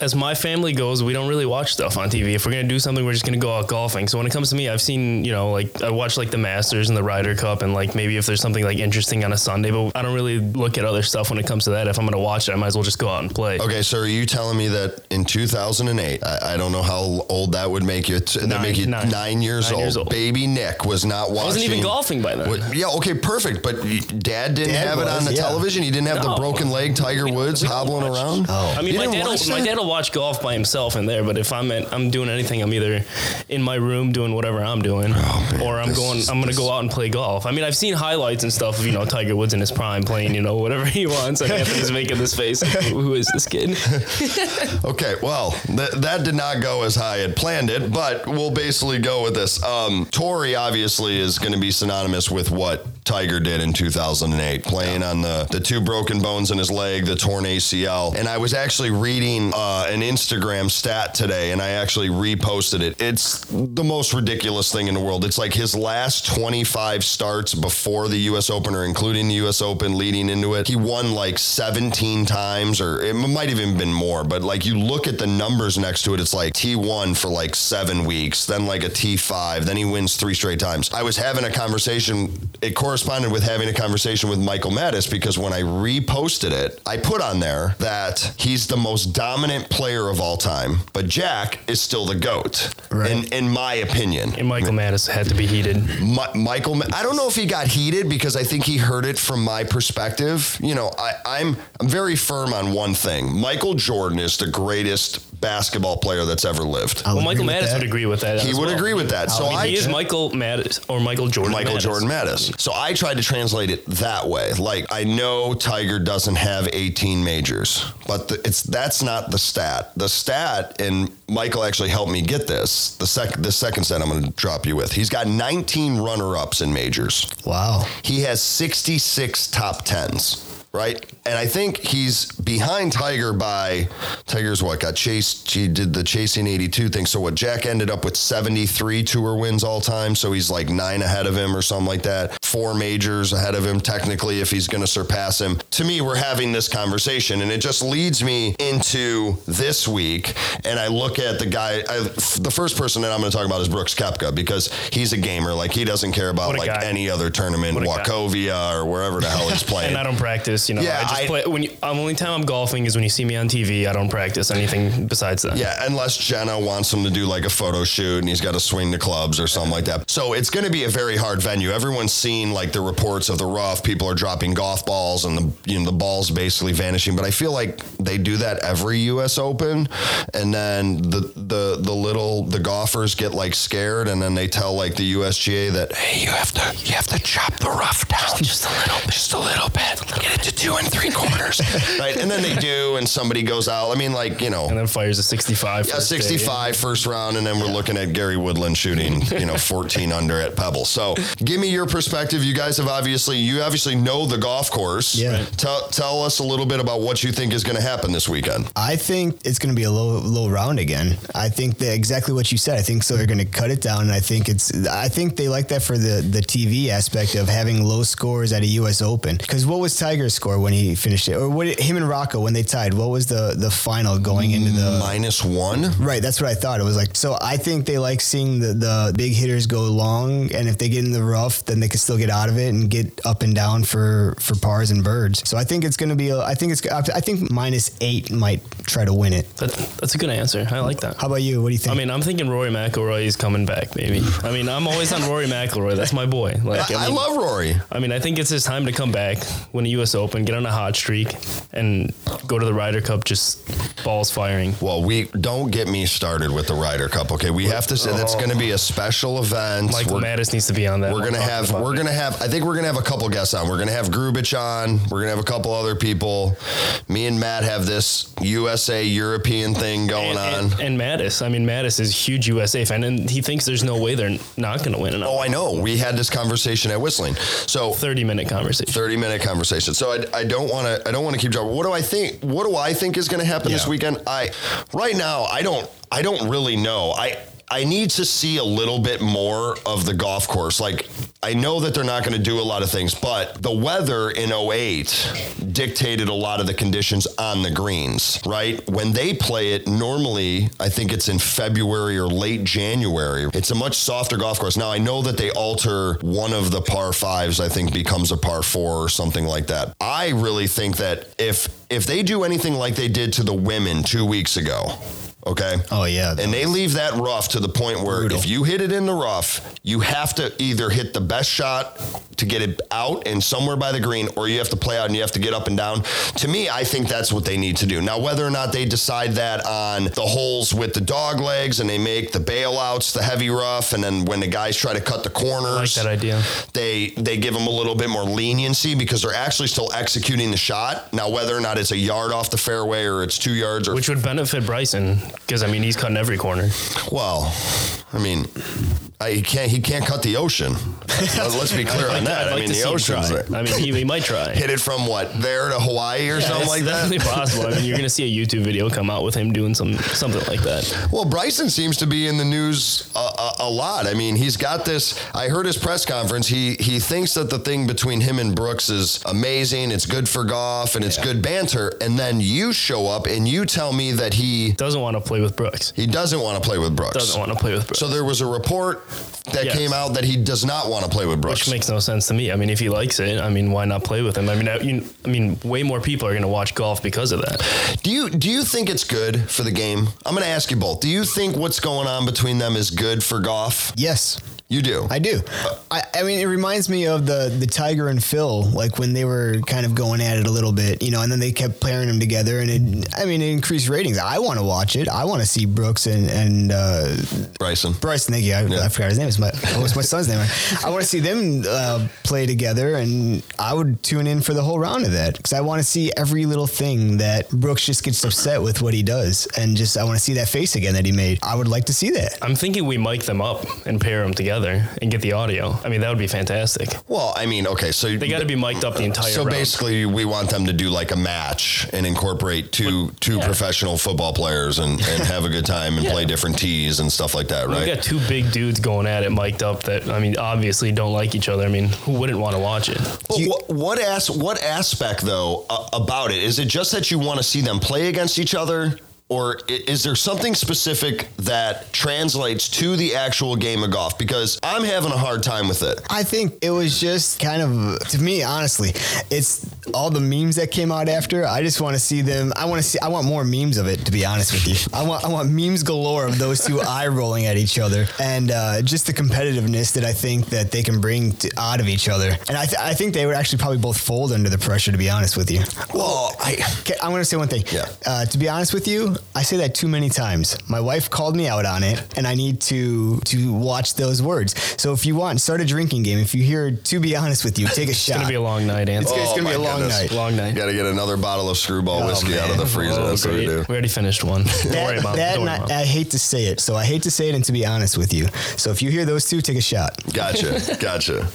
[SPEAKER 3] as my family goes, we don't really watch stuff on TV. If we're gonna do something, we're just gonna go out golfing. So when it comes to me, I've seen, you know, like I watch like the Masters and the Ryder Cup, and like maybe if there's something like interesting on a Sunday, but I don't really look at other stuff when it comes to that. If I'm gonna watch it, I might as well just go out and play.
[SPEAKER 1] Okay, so are you telling me that in 2008, I, I don't know how old that would make you, t- that
[SPEAKER 3] Nine,
[SPEAKER 1] make you nine,
[SPEAKER 3] nine.
[SPEAKER 1] years,
[SPEAKER 3] Nine
[SPEAKER 1] old.
[SPEAKER 3] years old.
[SPEAKER 1] Baby Nick was not watching.
[SPEAKER 3] I wasn't even golfing by then.
[SPEAKER 1] What- yeah, okay, perfect. But y- dad didn't
[SPEAKER 2] Dad
[SPEAKER 1] have it on
[SPEAKER 2] was,
[SPEAKER 1] the
[SPEAKER 2] yeah.
[SPEAKER 1] television. He didn't have the
[SPEAKER 3] No.
[SPEAKER 1] broken leg
[SPEAKER 3] <laughs>
[SPEAKER 1] Tiger Woods
[SPEAKER 3] We don't
[SPEAKER 1] hobbling
[SPEAKER 3] watch-
[SPEAKER 1] around.
[SPEAKER 2] Oh.
[SPEAKER 3] I mean,
[SPEAKER 1] You
[SPEAKER 3] my
[SPEAKER 1] didn't
[SPEAKER 3] dad,
[SPEAKER 1] watch
[SPEAKER 3] will, my
[SPEAKER 1] that?
[SPEAKER 3] dad will watch golf by himself in there, but if I'm at, I'm doing anything, I'm either in my room doing whatever I'm doing,
[SPEAKER 1] Oh, man,
[SPEAKER 3] or I'm
[SPEAKER 1] this
[SPEAKER 3] going,
[SPEAKER 1] is-
[SPEAKER 3] I'm gonna go out and play golf. I mean, I've seen highlights and stuff of you know Tiger Woods in his prime playing, you know, whatever he wants. And
[SPEAKER 1] <laughs>
[SPEAKER 3] Anthony's making this face. Like, who who is this kid?
[SPEAKER 1] Okay, well, th- that did not go as I had planned it, but we'll basically go with this. Um, Tory obviously is going to be synonymous with what Tiger did in 2008, playing on the, the two broken bones in his leg, the torn ACL. And I was actually reading uh, an Instagram stat today, and I actually reposted it. It's the most ridiculous thing in the world. It's like his last 25 starts before the U.S. Open or including the U.S. Open leading into it, he won like 17 times, or it might have even been more. But like you look at the numbers next to it, it's like T1 for like seven weeks, then like a T5, then he wins three straight times. I was having a conversation, it corresponded with having a conversation with Michael Mattis because when I reposted it, I put on there that he's the most dominant player of all time, but Jack is still the GOAT,
[SPEAKER 2] Right.
[SPEAKER 1] in, in my opinion.
[SPEAKER 3] And Michael Mattis had to be heated.
[SPEAKER 1] Mi- Michael, I don't know if he got heated because I think he heard it from my perspective. You know, I, I'm I'm very firm on one thing. Michael Jordan is the greatest basketball player that's ever lived.
[SPEAKER 2] I'll
[SPEAKER 3] Well, Michael
[SPEAKER 2] agree with
[SPEAKER 3] Mattis
[SPEAKER 2] that.
[SPEAKER 3] would agree with that.
[SPEAKER 1] he
[SPEAKER 3] as
[SPEAKER 1] would
[SPEAKER 3] well.
[SPEAKER 1] agree with that. So
[SPEAKER 3] I
[SPEAKER 1] I,
[SPEAKER 3] mean, he is Michael Mattis or Michael Jordan.
[SPEAKER 1] Michael
[SPEAKER 3] Mattis.
[SPEAKER 1] Jordan Mattis. So I tried to translate it that way. Like I know Tiger doesn't have 18 majors, but the, it's that's not the stat. The stat, and Michael actually helped me get this. The second the second stat I'm going to drop you with. He's got 19 runner ups in majors.
[SPEAKER 2] Wow.
[SPEAKER 1] He has 66 top 10s, right? And I think he's behind Tiger by Tiger's what got chased. He did the chasing 82 thing. So what Jack ended up with 73 tour wins all time. So he's like nine ahead of him or something like that. Four majors ahead of him, technically, if he's going to surpass him. To me, we're having this conversation and it just leads me into this week. And I look at the guy, I, the first person that I'm going to talk about is Brooks Kepka because he's a gamer. Like he doesn't care about
[SPEAKER 3] What a
[SPEAKER 1] like
[SPEAKER 3] guy.
[SPEAKER 1] any any other tournament,
[SPEAKER 3] What a guy.
[SPEAKER 1] Wachovia or wherever the hell he's
[SPEAKER 3] <laughs>
[SPEAKER 1] playing.
[SPEAKER 3] And I don't practice, you know.
[SPEAKER 1] Yeah,
[SPEAKER 3] I just
[SPEAKER 1] I-
[SPEAKER 3] play when you, the only time I'm golfing is when you see me on TV. I don't practice anything besides that.
[SPEAKER 1] yeah, unless Jenna wants him to do like a photo shoot and he's got to swing the clubs or something like that. So it's going to be a very hard venue. Everyone's seen like the reports of the rough. People are dropping golf balls and the you know the balls basically vanishing. But I feel like they do that every U.S. Open, and then the the the little the golfers get like scared, and then they tell like the USGA that hey, you have to you have to chop the rough down just, a little bit, just a little bit, get it to two and three <laughs> quarters, right? And then they do, and somebody goes out. I mean, like you know.
[SPEAKER 3] And then fires a 65.
[SPEAKER 1] Yeah,
[SPEAKER 3] first day.
[SPEAKER 1] 65 first round, and then we're looking at Gary Woodland shooting, you know, 14 under at Pebble. So, give me your perspective perspective, you guys have obviously you obviously know the golf course.
[SPEAKER 2] Yeah. Right.
[SPEAKER 1] Tell tell us a little bit about what you think is going to happen this weekend.
[SPEAKER 2] I think it's going to be a low low round again. I think that exactly what you said. I think so. They're going to cut it down, and I think it's. I think they like that for the the TV aspect of having low scores at a U.S. Open. Because what was Tiger's score when he finished it, or what him and Rocco when they tied? What was the the final going into the
[SPEAKER 1] Uh, Minus one.
[SPEAKER 2] Right, that's what I thought. It was like so. I think they like seeing the the big hitters go long, and if they get in the rough, then they can still get out of it and get up and down for for pars and birds. So I think it's going to be. A, I think it's. I think minus eight might try to win it.
[SPEAKER 3] That, that's a good answer. I like that.
[SPEAKER 2] How about you? What do you think?
[SPEAKER 3] I mean, I'm thinking Rory McIlroy is coming back, maybe. I mean, I'm always on Rory McIlroy. That's my boy. Like,
[SPEAKER 1] I, I
[SPEAKER 3] mean,
[SPEAKER 1] love Rory.
[SPEAKER 3] I mean, I think it's his time to come back, win a U.S. Open, get on a hot streak, and go to the Ryder Cup just balls firing.
[SPEAKER 1] Well, we don't get me started with the Ryder Cup. Okay, we have to say that's going to be a special event.
[SPEAKER 3] Michael
[SPEAKER 1] we're,
[SPEAKER 3] Mattis needs to be on that.
[SPEAKER 1] we're
[SPEAKER 3] one.
[SPEAKER 1] gonna have we're gonna have I think we're gonna have a couple guests on. We're gonna have Grubich on. We're gonna have a couple other people. Me and Matt have this USA European thing going
[SPEAKER 3] And,
[SPEAKER 1] on.
[SPEAKER 3] and, and Mattis. I mean, Mattis is a huge USA fan, and he thinks there's no way they're not going to win.
[SPEAKER 1] oh,
[SPEAKER 3] A
[SPEAKER 1] I know. We had this conversation at Whistling. So
[SPEAKER 3] 30 minute conversation.
[SPEAKER 1] 30 minute conversation. So I, I don't want to I don't want to keep dropping. What do I think? What do I think is going to happen this
[SPEAKER 3] Yeah.
[SPEAKER 1] weekend? I right now I don't I don't really know. I I need to see a little bit more of the golf course. Like I know that they're not going to do a lot of things, but the weather in 08 dictated a lot of the conditions on the greens, right? When they play it normally, I think it's in February or late January. It's a much softer golf course. Now I know that they alter one of the par 5s I think becomes a par 4 or something like that. I really think that if if they do anything like they did to the women 2 weeks ago, okay?
[SPEAKER 2] oh yeah.
[SPEAKER 1] And they leave that rough to the point where if you hit it in the rough, you have to either hit the best shot to get it out and somewhere by the green, or you have to play out and you have to get up and down. To me, I think that's what they need to do. Now, whether or not they decide that on the holes with the dog legs and they make the bailouts, the heavy rough, and then when the guys try to cut the
[SPEAKER 3] I like
[SPEAKER 1] corners,
[SPEAKER 3] that idea.
[SPEAKER 1] they they give them a little bit more leniency because they're actually still executing the shot. Now, whether or not it's a yard off the fairway or it's two yards or
[SPEAKER 3] Which would benefit Bryson because I mean he's cutting every corner.
[SPEAKER 1] Well, I mean, I, he can't he can't cut the ocean. Let's let's be clear on that.
[SPEAKER 3] <laughs> I'd
[SPEAKER 1] I
[SPEAKER 3] like
[SPEAKER 1] mean,
[SPEAKER 3] to
[SPEAKER 1] the
[SPEAKER 3] see him
[SPEAKER 1] ocean's
[SPEAKER 3] try.
[SPEAKER 1] there.
[SPEAKER 3] I mean, he, he might
[SPEAKER 1] <laughs>
[SPEAKER 3] try.
[SPEAKER 1] Hit it from what there to Hawaii or something
[SPEAKER 3] It's
[SPEAKER 1] like
[SPEAKER 3] definitely
[SPEAKER 1] that.
[SPEAKER 3] possible. I mean, you're gonna see a YouTube video come out with him doing some something like that.
[SPEAKER 1] Well, Bryson seems to be in the news a, a, a lot. I mean, he's got this. I heard his press conference. He he thinks that the thing between him and Brooks is amazing. It's good for golf and it's good banter. And then you show up and you tell me that he
[SPEAKER 3] Doesn't want to play with Brooks.
[SPEAKER 1] he doesn't want to play with Brooks.
[SPEAKER 3] Doesn't want to play with Brooks.
[SPEAKER 1] so there was a report that
[SPEAKER 3] Yes.
[SPEAKER 1] came out that he does not want to play with Brooks.
[SPEAKER 3] which makes no sense to me. I mean, if he likes it, I mean, why not play with him? I mean, I, you, I mean, way more people are going to watch golf because of that.
[SPEAKER 1] Do you do you think it's good for the game? I'm going to ask you both. Do you think what's going on between them is good for golf?
[SPEAKER 2] yes.
[SPEAKER 1] You do.
[SPEAKER 2] I do. I, I mean, it reminds me of the the Tiger and Phil, like when they were kind of going at it a little bit, you know, and then they kept pairing them together, and it, I mean, it increased ratings. I want to watch it. I want to see Brooks and and uh,
[SPEAKER 1] Bryson.
[SPEAKER 2] Bryson. Thank you. I, I forgot his name. It's my what's my son's name? I want to see them uh, play together, and I would tune in for the whole round of that because I want to see every little thing that Brooks just gets upset with what he does, and just I want to see that face again that he made. I would like to see that.
[SPEAKER 3] I'm thinking we mic them up and pair them together and get the audio. I mean, that would be fantastic.
[SPEAKER 1] Well, I mean, okay, so
[SPEAKER 3] They got to be mic'd up the entire
[SPEAKER 1] so
[SPEAKER 3] round.
[SPEAKER 1] basically we want them to do like a match and incorporate two two professional football players and, and have a good time
[SPEAKER 3] <laughs>
[SPEAKER 1] and play different tees and stuff like that,
[SPEAKER 3] We
[SPEAKER 1] right?
[SPEAKER 3] got two big dudes going at it, mic'd up. That I mean, obviously don't like each other. I mean, who wouldn't want to watch it?
[SPEAKER 1] But what, what as what aspect though uh, about it is it just that you want to see them play against each other, or i- is there something specific that translates to the actual game of golf? Because I'm having a hard time with it.
[SPEAKER 2] I think it was just kind of to me, honestly, it's all the memes that came out after. I just want to see them. I want to see. I want more memes of it. To be honest with you, I want I want memes galore of those two eye rolling at each other, and uh, just the competitiveness that I think that they can bring to, out of each other. And I, th- I think they would actually probably both fold under the pressure. To be honest with you,
[SPEAKER 1] Well, I.
[SPEAKER 2] Okay, I'm going to say one thing.
[SPEAKER 1] Yeah.
[SPEAKER 2] Uh, to be honest with you, I say that too many times. My wife called me out on it, and I need to to watch those words. So if you want, start a drinking game. If you hear "to be honest with you," take a
[SPEAKER 3] <laughs> It's
[SPEAKER 2] shot.
[SPEAKER 3] gonna be a long night,
[SPEAKER 2] it's
[SPEAKER 3] Anthony.
[SPEAKER 2] gonna, it's
[SPEAKER 1] Oh
[SPEAKER 2] gonna be a
[SPEAKER 1] my
[SPEAKER 2] long long
[SPEAKER 1] this.
[SPEAKER 2] night.
[SPEAKER 3] Long night.
[SPEAKER 1] Got to get another bottle of screwball
[SPEAKER 2] Oh,
[SPEAKER 1] whiskey out of
[SPEAKER 2] man.
[SPEAKER 1] the freezer.
[SPEAKER 3] Oh,
[SPEAKER 1] That's what we
[SPEAKER 3] great.
[SPEAKER 1] do.
[SPEAKER 3] We already finished <laughs> one. Don't
[SPEAKER 2] That,
[SPEAKER 3] worry, mom.
[SPEAKER 2] that
[SPEAKER 3] Don't
[SPEAKER 2] and
[SPEAKER 3] worry, mom.
[SPEAKER 2] I, I hate to say it, so I hate to say it, and to be honest with you, so if you hear those two, take a shot.
[SPEAKER 1] Gotcha,
[SPEAKER 3] <laughs>
[SPEAKER 1] gotcha.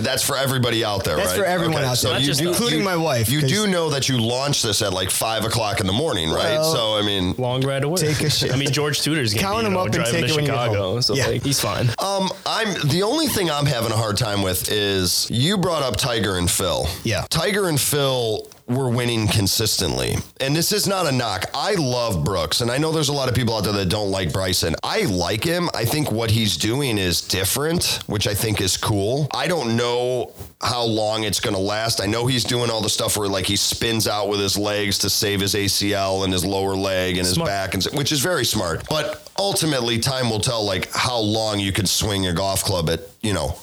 [SPEAKER 1] That's for everybody out there,
[SPEAKER 2] That's
[SPEAKER 1] right?
[SPEAKER 2] for everyone out there.
[SPEAKER 1] so
[SPEAKER 3] Not
[SPEAKER 1] you
[SPEAKER 3] just
[SPEAKER 1] do,
[SPEAKER 3] us.
[SPEAKER 2] Including
[SPEAKER 1] you-
[SPEAKER 2] my wife,
[SPEAKER 1] You
[SPEAKER 2] 'cause-
[SPEAKER 1] do know that you launched this at like five o'clock in the morning, right?
[SPEAKER 2] Well,
[SPEAKER 1] so I mean,
[SPEAKER 3] Long ride to work.
[SPEAKER 2] Take a shit.
[SPEAKER 3] I mean, George Tudor's gonna
[SPEAKER 2] Count
[SPEAKER 3] be, you
[SPEAKER 2] him
[SPEAKER 3] know,
[SPEAKER 2] up and
[SPEAKER 3] driving
[SPEAKER 2] take
[SPEAKER 3] to
[SPEAKER 2] it when you get
[SPEAKER 3] Chicago,
[SPEAKER 2] home.
[SPEAKER 3] so
[SPEAKER 2] Yeah.
[SPEAKER 3] like he's fine.
[SPEAKER 1] Um, I'm the only thing I'm having a hard time with is you brought up Tiger and Phil.
[SPEAKER 2] Yeah.
[SPEAKER 1] Tiger and Phil were winning consistently. And this is not a knock. I love Brooks. And I know there's a lot of people out there that don't like Bryson. I like him. I think what he's doing is different, which I think is cool. I don't know how long it's going to last. I know he's doing all the stuff where like he spins out with his legs to save his ACL and his lower leg and his
[SPEAKER 3] Smart.
[SPEAKER 1] back and s- which is very smart. But ultimately time will tell like how long you can swing a golf club at, you know,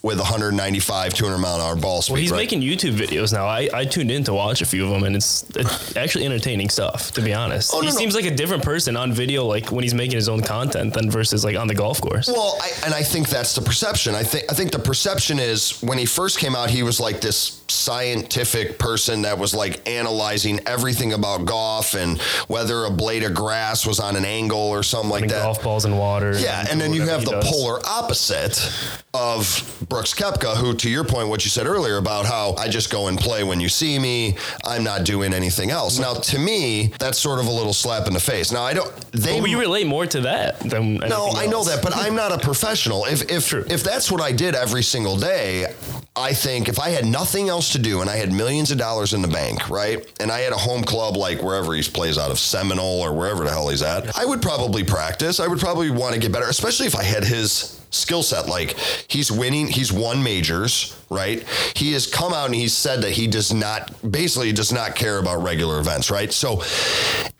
[SPEAKER 1] with 195 200 mile an hour ball speed.
[SPEAKER 3] Well, he's
[SPEAKER 1] right?
[SPEAKER 3] making YouTube videos now. I, I tuned in to watch a few of them, and it's it's actually entertaining stuff. To be honest,
[SPEAKER 1] Oh, no,
[SPEAKER 3] he
[SPEAKER 1] no.
[SPEAKER 3] seems like a different person on video, like when he's making his own content, than versus like on the golf course.
[SPEAKER 1] Well, I, and I think that's the perception. I think I think the perception is when he first came out, he was like this scientific person that was like analyzing everything about golf and whether a blade of grass was on an angle or something like
[SPEAKER 3] Putting
[SPEAKER 1] that.
[SPEAKER 3] golf balls in water.
[SPEAKER 1] Yeah, and then you
[SPEAKER 3] whatever
[SPEAKER 1] have
[SPEAKER 3] he
[SPEAKER 1] the
[SPEAKER 3] does.
[SPEAKER 1] polar opposite of Brooks Kepka, who, to your point, what you said earlier about how I just go and play when you see me, I'm not doing anything else. Now, to me, that's sort of a little slap in the face. Now, I don't. They
[SPEAKER 3] But we relate more to that than
[SPEAKER 1] no,
[SPEAKER 3] anything
[SPEAKER 1] I know
[SPEAKER 3] else.
[SPEAKER 1] that, but I'm not a professional. If if
[SPEAKER 3] True.
[SPEAKER 1] if that's what I did every single day, I think if I had nothing else to do and I had millions of dollars in the bank, right, and I had a home club like wherever he plays out of Seminole or wherever the hell he's at, I would probably practice. I would probably want to get better, especially if I had his skill set. Like he's winning, he's won majors, right? He has come out and he's said that he does not, basically, does not care about regular events, right? So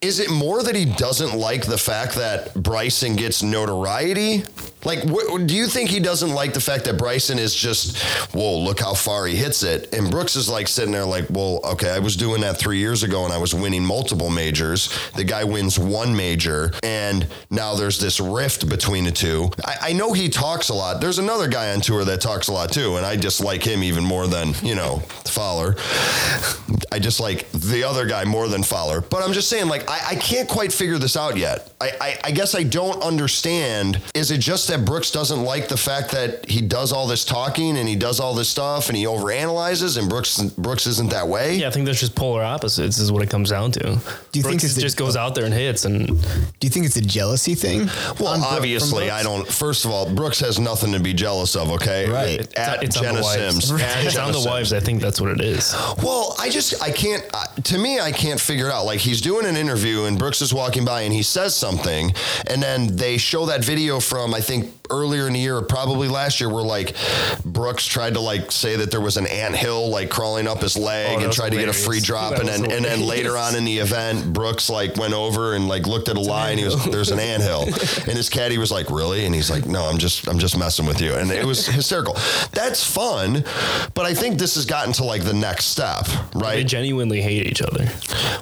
[SPEAKER 1] is it more that he doesn't like the fact that Bryson gets notoriety? Like, wh- do you think he doesn't like the fact that Bryson is just, whoa, look how far he hits it? And Brooks is like sitting there, like, well, okay, I was doing that three years ago and I was winning multiple majors. The guy wins one major, and now there's this rift between the two. I, I know he talks a lot. There's another guy on tour that talks a lot too, and I dislike him even more than, you know, Fowler. I dislike the other guy more than Fowler. But I'm just saying, like, I, I can't quite figure this out yet. I, I, I guess I don't understand. Is it just that Brooks doesn't like the fact that he does all this talking and he does all this stuff and he overanalyzes and Brooks Brooks isn't that way?
[SPEAKER 3] Yeah, I think there's just polar opposites is what it comes down to. Do
[SPEAKER 2] you think it's the-
[SPEAKER 3] just goes out there and hits and
[SPEAKER 2] Do you think it's a jealousy thing?
[SPEAKER 1] Well,
[SPEAKER 2] On Bro- from
[SPEAKER 1] obviously, I
[SPEAKER 2] Brooks?
[SPEAKER 1] don't. First of all, Brooks has nothing to be jealous of. Okay,
[SPEAKER 2] Right.
[SPEAKER 1] At- At
[SPEAKER 3] it's on
[SPEAKER 1] Jenna
[SPEAKER 3] the wives.
[SPEAKER 1] Sims. At
[SPEAKER 3] It's on
[SPEAKER 1] Jenna
[SPEAKER 3] the
[SPEAKER 1] Sims.
[SPEAKER 3] wives. I think that's what it is.
[SPEAKER 1] Well, I just I can't. Uh, to me, I can't figure it out. Like he's doing an interview, and Brooks is walking by, and he says something, and then they show that video from I think earlier in the year, or probably last year, where like Brooks tried to like say that there was an anthill like crawling up his
[SPEAKER 3] Oh,
[SPEAKER 1] leg
[SPEAKER 3] that
[SPEAKER 1] and
[SPEAKER 3] was
[SPEAKER 1] tried to get
[SPEAKER 3] hilarious.
[SPEAKER 1] a free drop,
[SPEAKER 3] That
[SPEAKER 1] and
[SPEAKER 3] was
[SPEAKER 1] then and then later on in the event, Brooks like went over and like looked at a lie, and he was there's an anthill, and his caddy was like, really, and he's like, no, I'm just I'm just messing with you, and it was hysterical. That's fun, but I think this has gotten to like the next step,
[SPEAKER 2] Oh.
[SPEAKER 3] They
[SPEAKER 1] right?
[SPEAKER 3] genuinely hate each other.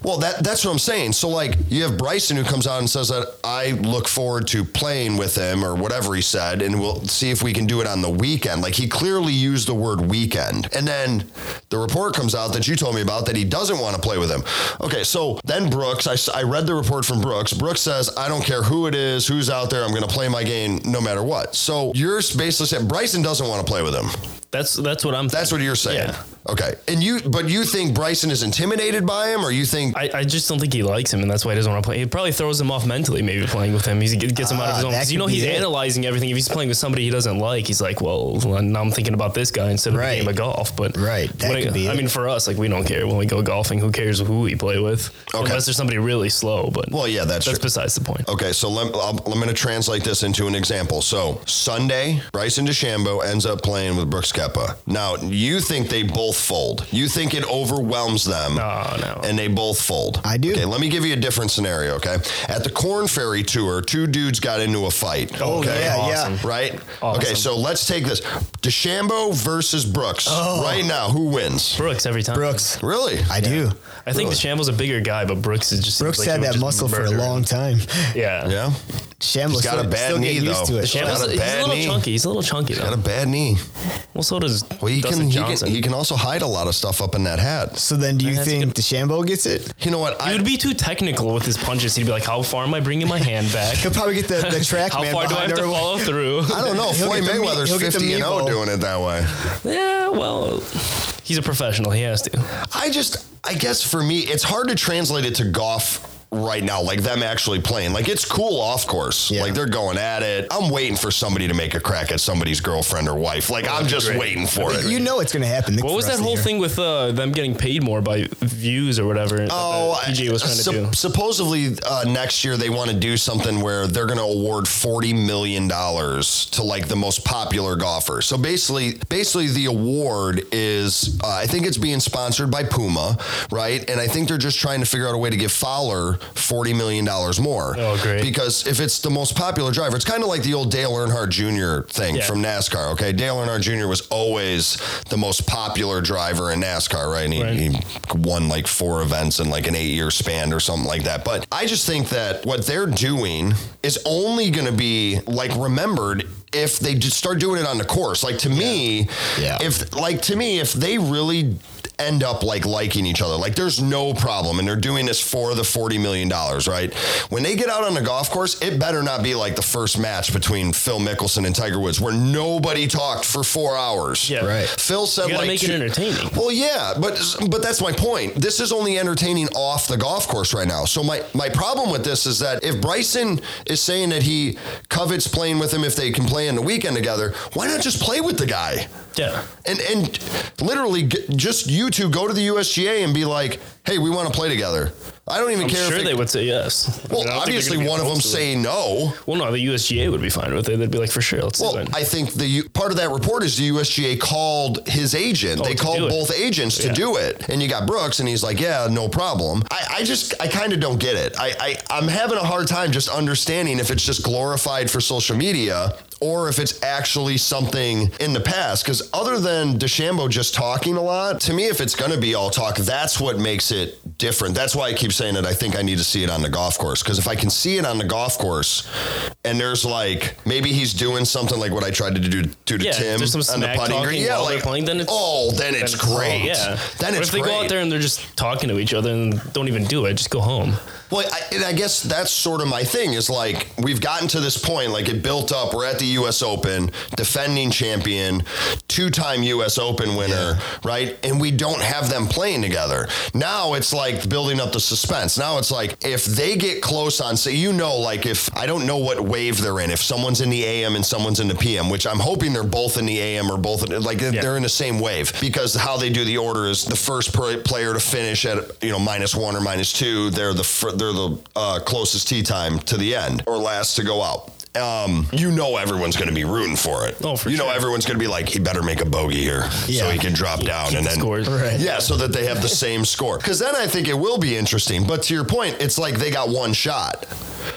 [SPEAKER 1] Well, that that's what I'm saying. So like you have Bryson who comes out and says that I look forward to playing with him or whatever he said, and we'll see if we can do it on the weekend. Like he clearly used the word weekend, and then the report comes out that you told me about that he doesn't want to play with him. Okay, so then Brooks, I, s- I read the report from Brooks. Brooks says I don't care who it is, who's out there, I'm going to play my game no matter what. So you're basically saying Bryson doesn't want to play with him.
[SPEAKER 3] That's that's what I'm.
[SPEAKER 1] That's what you're saying.
[SPEAKER 3] Yeah.
[SPEAKER 1] Okay, and you but you think Bryson is intimidated by him, or you think
[SPEAKER 3] I, I just don't think he likes him, and that's why he doesn't want to play. It probably throws him off mentally, maybe playing with him. He gets him out of his
[SPEAKER 2] Ah,
[SPEAKER 3] own.
[SPEAKER 2] that
[SPEAKER 3] 'cause you
[SPEAKER 2] could
[SPEAKER 3] know,
[SPEAKER 2] be
[SPEAKER 3] he's
[SPEAKER 2] it.
[SPEAKER 3] analyzing everything. If he's playing with somebody he doesn't like, he's like, well, now I'm thinking about this guy instead of
[SPEAKER 2] Right.
[SPEAKER 3] the game of golf. But
[SPEAKER 2] Right, that
[SPEAKER 3] when
[SPEAKER 2] could
[SPEAKER 3] it-
[SPEAKER 2] be
[SPEAKER 3] I
[SPEAKER 2] it.
[SPEAKER 3] mean, for us, like we don't care when we go golfing. Who cares who we play with?
[SPEAKER 1] Okay.
[SPEAKER 3] Unless there's somebody really slow. But
[SPEAKER 1] Well, yeah, that's
[SPEAKER 3] that's
[SPEAKER 1] true.
[SPEAKER 3] besides the point.
[SPEAKER 1] Okay, so let, I'll, I'm going to translate this into an example. So Sunday, Bryson DeChambeau ends up playing with Brooks Keppa. Now you think they both fold. You think it overwhelms them.
[SPEAKER 3] No, no.
[SPEAKER 1] And they both fold.
[SPEAKER 2] I do.
[SPEAKER 1] Okay, let me give you a different scenario. Okay, at the Corn Ferry Tour, two dudes got into a fight.
[SPEAKER 2] Oh,
[SPEAKER 1] okay,
[SPEAKER 2] yeah, yeah.
[SPEAKER 1] right.
[SPEAKER 3] Awesome.
[SPEAKER 1] Okay, so let's take this: DeChambeau versus Brooks. Right now, who wins?
[SPEAKER 3] Brooks every time.
[SPEAKER 2] Brooks.
[SPEAKER 1] Really?
[SPEAKER 2] Oh. I do.
[SPEAKER 3] I think the Shamble's a bigger guy, but Brooks is just
[SPEAKER 2] Brooks
[SPEAKER 3] like he
[SPEAKER 2] had
[SPEAKER 3] would
[SPEAKER 2] that
[SPEAKER 3] just
[SPEAKER 2] muscle for
[SPEAKER 3] murder
[SPEAKER 2] a
[SPEAKER 3] him.
[SPEAKER 2] long time.
[SPEAKER 3] Yeah.
[SPEAKER 1] Yeah.
[SPEAKER 2] Shambles
[SPEAKER 1] He's got
[SPEAKER 2] still,
[SPEAKER 1] a bad
[SPEAKER 2] still
[SPEAKER 1] knee
[SPEAKER 2] getting used
[SPEAKER 1] though.
[SPEAKER 2] to
[SPEAKER 1] The
[SPEAKER 2] it.
[SPEAKER 1] Shambles-
[SPEAKER 3] Shamble's,
[SPEAKER 1] Got a
[SPEAKER 3] he's
[SPEAKER 1] bad
[SPEAKER 3] a little
[SPEAKER 1] knee.
[SPEAKER 3] chunky. He's a little chunky though.
[SPEAKER 1] Got a bad knee.
[SPEAKER 3] Well, so does
[SPEAKER 1] Well, he
[SPEAKER 3] Dustin
[SPEAKER 1] can, he
[SPEAKER 3] Johnson.
[SPEAKER 1] can. He can also tied a lot of stuff up in that hat.
[SPEAKER 2] So then, do you
[SPEAKER 3] That's a
[SPEAKER 2] think DeChambeau gets it?
[SPEAKER 1] You know what?
[SPEAKER 3] He would be too technical with his punches. He'd be like, "How far am I bringing my hand back?
[SPEAKER 2] He'll probably get the,
[SPEAKER 3] <laughs>
[SPEAKER 2] the <laughs> track
[SPEAKER 3] How
[SPEAKER 2] man
[SPEAKER 3] far do I
[SPEAKER 2] behind
[SPEAKER 3] have to
[SPEAKER 2] everyone.
[SPEAKER 3] follow through?"
[SPEAKER 1] I don't know.
[SPEAKER 2] He'll
[SPEAKER 1] Floyd
[SPEAKER 2] get the meat-
[SPEAKER 1] Mayweather's
[SPEAKER 2] he'll get the
[SPEAKER 1] 50 and 0
[SPEAKER 2] meatball.
[SPEAKER 1] doing it that way.
[SPEAKER 3] yeah, well, he's a professional. He has to.
[SPEAKER 1] I just, I guess for me, it's hard to translate it to golf right now, like them actually playing. Like it's cool off course.
[SPEAKER 2] Yeah.
[SPEAKER 1] Like they're going at it. I'm waiting for somebody to make a crack at somebody's girlfriend or wife. Like I'm just
[SPEAKER 3] great.
[SPEAKER 1] waiting for it.
[SPEAKER 2] You know it's going to happen.
[SPEAKER 3] What was that whole thing with uh, them getting paid more by views or whatever? that the
[SPEAKER 1] Oh,
[SPEAKER 3] PGA was trying to
[SPEAKER 1] sup-
[SPEAKER 3] do.
[SPEAKER 1] Supposedly, uh, next year they want to do something where they're going to award forty million dollars to like the most popular golfer. So basically, basically the award is, uh, I think it's being sponsored by Puma, right? And I think they're just trying to figure out a way to give Fowler forty million dollars more.
[SPEAKER 3] Oh, great.
[SPEAKER 1] Because if it's the most popular driver, it's kind of like the old Dale Earnhardt Jr. thing
[SPEAKER 3] Yeah.
[SPEAKER 1] from NASCAR. Okay, Dale Earnhardt Jr. was always the most popular driver in NASCAR, right? And he,
[SPEAKER 3] Right.
[SPEAKER 1] he won like four events in like an eight year span or something like that. But I just think that what they're doing is only going to be like remembered if they just start doing it on the course. Like to me,
[SPEAKER 2] Yeah.
[SPEAKER 1] if like to me, if they really end up like liking each other, like there's no problem, and they're doing this for the forty million dollars, right? When they get out on the golf course, it better not be like the first match between Phil Mickelson and Tiger Woods, where nobody talked for four hours.
[SPEAKER 3] Yeah.
[SPEAKER 2] Right.
[SPEAKER 1] Phil said
[SPEAKER 3] You gotta
[SPEAKER 1] like
[SPEAKER 3] make it
[SPEAKER 1] two-
[SPEAKER 3] entertaining.
[SPEAKER 1] well, yeah, but but that's my point. This is only entertaining off the golf course right now. So my my problem with this is that if Bryson is saying that he covets playing with him if they can play in the weekend together, why not just play with the guy?
[SPEAKER 3] Yeah.
[SPEAKER 1] And and literally g just you two go to the USGA and be like, "Hey, we want to play together." I don't even
[SPEAKER 3] I'm
[SPEAKER 1] care
[SPEAKER 3] sure
[SPEAKER 1] if
[SPEAKER 3] they
[SPEAKER 1] it,
[SPEAKER 3] would say yes. I
[SPEAKER 1] Well,
[SPEAKER 3] mean, I don't think they're
[SPEAKER 1] obviously
[SPEAKER 3] gonna be
[SPEAKER 1] one of them
[SPEAKER 3] opposed to
[SPEAKER 1] say
[SPEAKER 3] it.
[SPEAKER 1] no.
[SPEAKER 3] Well, no, the USGA would be fine with it. They'd be like, for sure, let's do
[SPEAKER 1] Well,
[SPEAKER 3] it.
[SPEAKER 1] I think the U- part of that report is the USGA called his agent. they
[SPEAKER 3] Oh, to
[SPEAKER 1] called
[SPEAKER 3] do it.
[SPEAKER 1] both agents to
[SPEAKER 3] Yeah.
[SPEAKER 1] do it, and you got Brooks, and he's like, "Yeah, no problem." I, I just, I kind of don't get it. I, I, I'm having a hard time just understanding if it's just glorified for social media or if it's actually something in the past. Because other than DeChambeau just talking a lot, to me, if it's going to be all talk, that's what makes it different. That's why I keep saying that I think I need to see it on the golf course. Because if I can see it on the golf course, and there's like maybe he's doing something like what I tried to do do to
[SPEAKER 3] Yeah, if
[SPEAKER 1] Tim
[SPEAKER 3] there's some
[SPEAKER 1] on the
[SPEAKER 3] smack
[SPEAKER 1] putting
[SPEAKER 3] talking
[SPEAKER 1] green. Yeah,
[SPEAKER 3] while they're
[SPEAKER 1] like
[SPEAKER 3] playing, then it's-
[SPEAKER 1] oh, then
[SPEAKER 3] Then
[SPEAKER 1] it's
[SPEAKER 3] cool.
[SPEAKER 1] great.
[SPEAKER 3] Yeah.
[SPEAKER 1] then
[SPEAKER 3] Or
[SPEAKER 1] it's
[SPEAKER 3] if they
[SPEAKER 1] great.
[SPEAKER 3] go out there and they're just talking to each other and don't even do it, just go home.
[SPEAKER 1] Well, I, and I guess that's sort of my thing is like we've gotten to this point, like it built up. We're at the U.S. Open, defending champion, two-time U.S. Open winner, right? And we don't have them playing together. Now it's like building up the suspense. Now it's like if they get close on, say, you know, like if I don't know what wave they're in, if someone's in the AM and someone's in the PM, which I'm hoping they're both in the AM or both, in, like they're in the same wave because how they do the order is the first per- player to finish at you know minus one or minus two, they're the fir- they're the uh, closest tee time to the end or last to go out. Um, you know everyone's going to be rooting for it.
[SPEAKER 3] Oh, for
[SPEAKER 1] you know
[SPEAKER 3] sure.
[SPEAKER 1] everyone's going to be like, he better make a bogey here so
[SPEAKER 2] Yeah.
[SPEAKER 1] he can drop down and
[SPEAKER 3] the
[SPEAKER 1] then
[SPEAKER 3] scores.
[SPEAKER 2] Right.
[SPEAKER 1] yeah, so that they have the same score. Because then I think it will be interesting. But to your point, it's like they got one shot.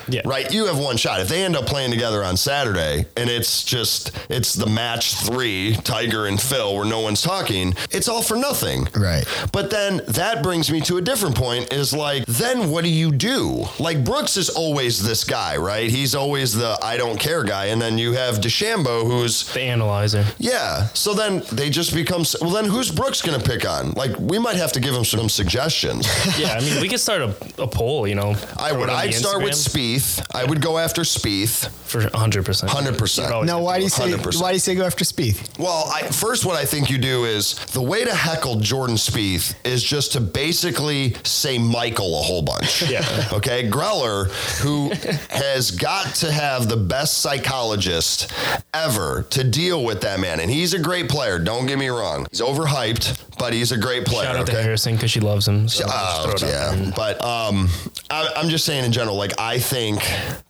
[SPEAKER 3] Yeah.
[SPEAKER 1] Right? You have one shot. If they end up playing together on Saturday and it's just, it's the match three, Tiger and Phil, where no one's talking, it's all for nothing.
[SPEAKER 2] Right.
[SPEAKER 1] But then that brings me to a different point is like, then what do you do? Like, Brooks is always this guy, right? He's always the I don't care guy. And then you have DeChambeau, who's <laughs>
[SPEAKER 3] The analyzer.
[SPEAKER 1] yeah. So then they just become. Well, then who's Brooks going to pick on? Like, we might have to give him some suggestions.
[SPEAKER 3] Yeah, I mean, we could start a, a poll, you know.
[SPEAKER 1] I
[SPEAKER 3] throw
[SPEAKER 1] would.
[SPEAKER 3] it on
[SPEAKER 1] I'd
[SPEAKER 3] the
[SPEAKER 1] start with
[SPEAKER 3] Instagram
[SPEAKER 1] Spieth. I would go after Spieth.
[SPEAKER 3] For 100%.
[SPEAKER 1] 100%.
[SPEAKER 3] You'd always
[SPEAKER 2] Now,
[SPEAKER 3] have
[SPEAKER 2] why
[SPEAKER 3] to
[SPEAKER 2] do you say
[SPEAKER 1] 100%.
[SPEAKER 2] why do you say go after Spieth?
[SPEAKER 1] Well, I, first, what I think you do is the way to heckle Jordan Spieth is just to basically say Michael a whole bunch.
[SPEAKER 3] <laughs> Yeah.
[SPEAKER 1] Okay. Greller, who has got to have the best psychologist ever to deal with that man, and he's a great player. Don't get me wrong. He's overhyped, but he's a great player.
[SPEAKER 3] Shout out
[SPEAKER 1] okay?
[SPEAKER 3] to Harrison because she loves him. So I'll
[SPEAKER 1] Oh,
[SPEAKER 3] just throw it out there.
[SPEAKER 1] yeah. But um, I, I'm just saying in general, like, I think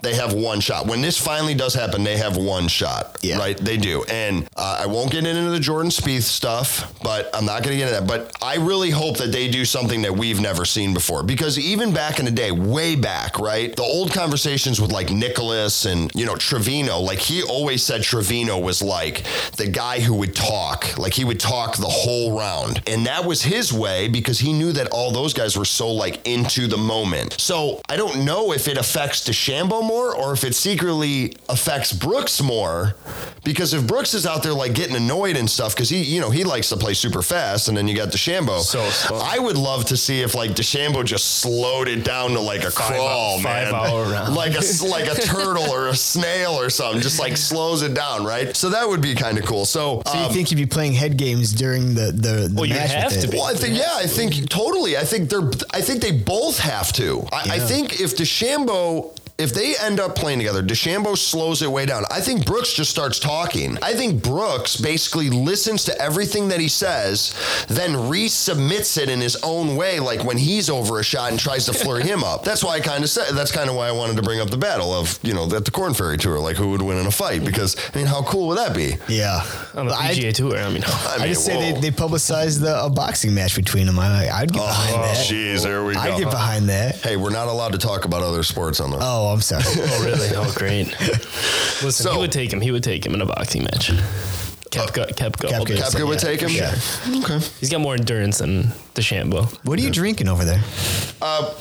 [SPEAKER 1] they have one shot. When this finally does happen, they have one shot.
[SPEAKER 2] Yeah.
[SPEAKER 1] Right? They do. And uh, I won't get into the Jordan Spieth stuff, but I'm not going to get into that. But I really hope that they do something that we've never seen before. Because even back in the day, way back, right? The old conversations with like Nicholas and, you know, Trevino, like, he always said Trevino was like the guy who would talk. Like, he would talk the whole round. And that was his way because he knew that all those guys were so like into the moment. So I don't know if it affects DeChambeau more or if it secretly affects Brooks more, because if Brooks is out there like getting annoyed and stuff, because he, you know, he likes to play super fast, and then you got DeChambeau.
[SPEAKER 3] So slow.
[SPEAKER 1] I would love to see if like DeChambeau just slowed it down to like a crawl, man, <laughs>
[SPEAKER 3] five hour round.
[SPEAKER 1] like a s- like a turtle or a snail or something, just like slows it down, right? So that would be kind of cool. So,
[SPEAKER 2] So
[SPEAKER 1] um,
[SPEAKER 2] you think you'd be playing head games during the the, the
[SPEAKER 3] Well, you
[SPEAKER 2] match
[SPEAKER 3] have
[SPEAKER 2] with
[SPEAKER 3] to
[SPEAKER 2] it.
[SPEAKER 3] be.
[SPEAKER 1] well, I think yeah, I think totally. I think they're. I think they both have to. I, I
[SPEAKER 2] Yeah.
[SPEAKER 1] think if Deshambo. If they end up playing together, DeChambeau slows it way down. I think Brooks just starts talking. I think Brooks basically listens to everything that he says, then resubmits it in his own way, like when he's over a shot and tries to flirt him up. That's why I kind of said. That's kind of why I wanted to bring up the battle of you know at the Corn Ferry Tour, like who would win in a fight? Because I mean, how cool would that be?
[SPEAKER 2] Yeah.
[SPEAKER 3] on the
[SPEAKER 2] But I-
[SPEAKER 3] PGA Tour. I mean, <laughs> oh,
[SPEAKER 2] I,
[SPEAKER 1] mean,
[SPEAKER 2] just say
[SPEAKER 1] whoa.
[SPEAKER 2] they, they publicized the a boxing match between them. I, I'd get behind
[SPEAKER 1] Oh,
[SPEAKER 2] that.
[SPEAKER 1] jeez, there we go.
[SPEAKER 2] I'd get behind that.
[SPEAKER 1] Hey, we're not allowed to talk about other sports on the.
[SPEAKER 2] Oh, I'm
[SPEAKER 3] <laughs>
[SPEAKER 2] sorry.
[SPEAKER 3] oh really? Oh great.
[SPEAKER 1] <laughs>
[SPEAKER 3] Listen,
[SPEAKER 1] So- Oh,
[SPEAKER 3] he would take him. He would take him in a boxing match. Kepka, Kepka, all day.
[SPEAKER 2] Kepka.
[SPEAKER 1] Kapka would
[SPEAKER 2] yeah,
[SPEAKER 1] take him.
[SPEAKER 2] yeah.
[SPEAKER 1] Okay.
[SPEAKER 3] He's got more endurance than DeChambeau.
[SPEAKER 2] what are you drinking over there?
[SPEAKER 1] Uh,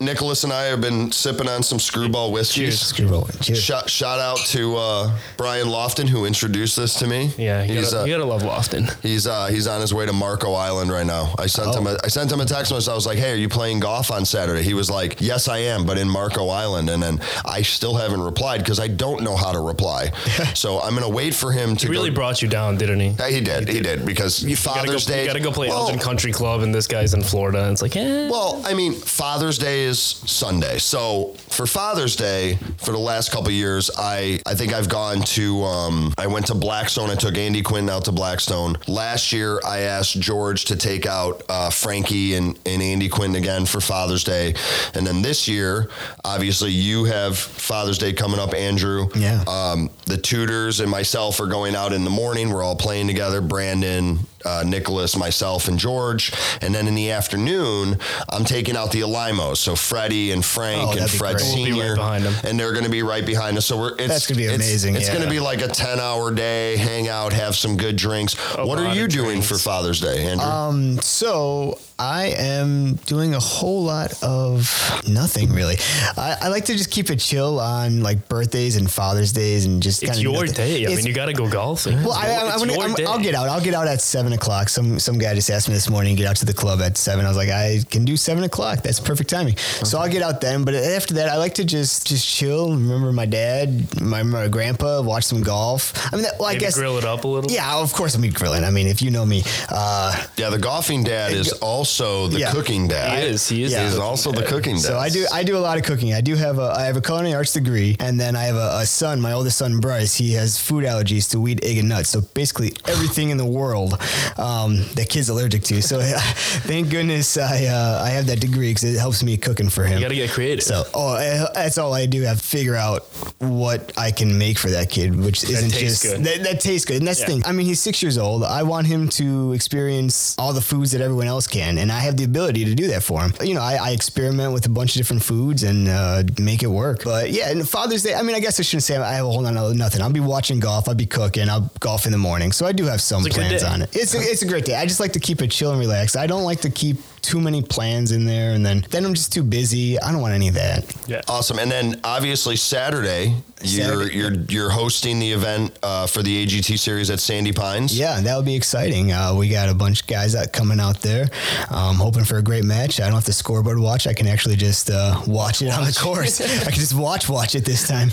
[SPEAKER 1] Nicholas and I have been sipping on some screwball whiskeys.
[SPEAKER 2] Screwball. Cheers.
[SPEAKER 1] Shout, shout out to uh, Brian Lofton who introduced this to me.
[SPEAKER 3] Yeah, you
[SPEAKER 1] he's
[SPEAKER 3] gotta, you
[SPEAKER 1] uh,
[SPEAKER 3] gotta love Lofton.
[SPEAKER 1] he's uh, he's on his way to Marco Island right now. I sent
[SPEAKER 3] Oh.
[SPEAKER 1] him a, I sent him a text message. I was like, "Hey, are you playing golf on Saturday?" He was like, "Yes, I am, but in Marco Island." And then I still haven't replied because I don't know how to reply.
[SPEAKER 3] <laughs>
[SPEAKER 1] so I'm gonna wait for him to
[SPEAKER 3] He really
[SPEAKER 1] go-
[SPEAKER 3] brought you down, didn't he?
[SPEAKER 1] Yeah, he did. He did because
[SPEAKER 3] gotta go,
[SPEAKER 1] Father's Day.
[SPEAKER 3] you gotta go play
[SPEAKER 1] Well,
[SPEAKER 3] Elgin Country Club, and this guy's in Florida. And it's like, eh.
[SPEAKER 1] Well, I mean, Father's Day is Sunday. So for Father's Day, for the last couple of years, I I think I've gone to um, I went to Blackstone. I took Andy Quinn out to Blackstone last year. I asked George to take out uh, Frankie and and Andy Quinn again for Father's Day, and then this year, obviously, you have Father's Day coming up, Andrew.
[SPEAKER 2] Yeah.
[SPEAKER 1] Um, the tutors and myself are going out in the morning. We're all playing together. Brandon, uh, Nicholas, myself, and George. And then in the afternoon, I'm taking out the Alimos. So Freddie and
[SPEAKER 2] Oh,
[SPEAKER 1] Frank and
[SPEAKER 2] that'd be
[SPEAKER 1] Fred
[SPEAKER 2] great.
[SPEAKER 3] We'll be
[SPEAKER 1] Senior,
[SPEAKER 3] right behind 'em.
[SPEAKER 1] and they're going to be right behind us. So we're it's,
[SPEAKER 2] That's gonna be
[SPEAKER 1] it's-
[SPEAKER 2] amazing,
[SPEAKER 1] It's,
[SPEAKER 2] yeah.
[SPEAKER 1] going to be like a 10 hour day, hang out, have some good drinks. what
[SPEAKER 3] lot
[SPEAKER 1] are
[SPEAKER 3] of
[SPEAKER 1] you doing
[SPEAKER 3] drinks.
[SPEAKER 1] for Father's Day, Andrew?
[SPEAKER 2] Um, so I am doing a whole lot of nothing really. I, I like to just keep it chill on like birthdays and Father's Days and just
[SPEAKER 3] it's
[SPEAKER 2] kinda
[SPEAKER 3] your
[SPEAKER 2] nothing.
[SPEAKER 3] day. I
[SPEAKER 2] It's-
[SPEAKER 3] mean, you gotta go golfing.
[SPEAKER 2] Well, I, I, I'm gonna, I'm, I'll get out. I'll get out at seven o'clock. Some some guy just asked me this morning, get out to the club at seven. I was like, I can do seven o'clock. That's perfect timing. So I'll get out then. But after that, I like to just just chill. Remember my dad, my, my grandpa, watch some golf. I mean, that, well, I
[SPEAKER 3] Maybe
[SPEAKER 2] guess.
[SPEAKER 3] grill it up a little.
[SPEAKER 2] Yeah, of course I'm grilling. I mean, if you know me, uh,
[SPEAKER 1] yeah, the golfing dad is also the
[SPEAKER 2] Yeah.
[SPEAKER 1] cooking dad.
[SPEAKER 3] He is. He is.
[SPEAKER 2] Yeah.
[SPEAKER 1] He's
[SPEAKER 3] the-
[SPEAKER 1] also the cooking dad.
[SPEAKER 2] So I do I do a lot of cooking. I do have a I have a culinary arts degree, and then I have a, a son, my oldest son Bryce. He has food allergies to wheat, egg, and nuts. So basically everything in the world um, that kid's allergic to. So <laughs> thank goodness I uh, I have that degree because it helps me cooking for him.
[SPEAKER 3] You gotta get creative.
[SPEAKER 2] so oh, I- that's all I do. I figure out what I can make for that kid, which isn't
[SPEAKER 3] tastes
[SPEAKER 2] just
[SPEAKER 3] good.
[SPEAKER 2] That, that tastes good, and that's the
[SPEAKER 3] Yeah.
[SPEAKER 2] thing. I mean, he's six years old. I want him to experience all the foods that everyone else can, and I have the ability to do that for him. You know, I, I experiment with a bunch of different foods and uh, make it work. But yeah, and Father's Day. I mean, I guess I shouldn't say I have a whole lot of nothing. I'll be watching golf. I'll be cooking. I'll golf in the morning. So I do have some
[SPEAKER 3] a good
[SPEAKER 2] plans
[SPEAKER 3] day.
[SPEAKER 2] on it.
[SPEAKER 3] <laughs>
[SPEAKER 2] It's a, it's a great day. I just like to keep it chill and relaxed. I don't like to keep too many plans in there, and then then I'm just too busy. I don't want any of that.
[SPEAKER 3] yeah.
[SPEAKER 1] Awesome. And then obviously Saturday, you're
[SPEAKER 2] Saturday.
[SPEAKER 1] you're you're hosting the event uh, for the AGT series at Sandy Pines.
[SPEAKER 2] Yeah, that would be exciting. Uh, we got a bunch of guys out coming out there, um, hoping for a great match. I don't have to scoreboard watch. I can actually just uh, watch it on the course. I can just watch watch it this time.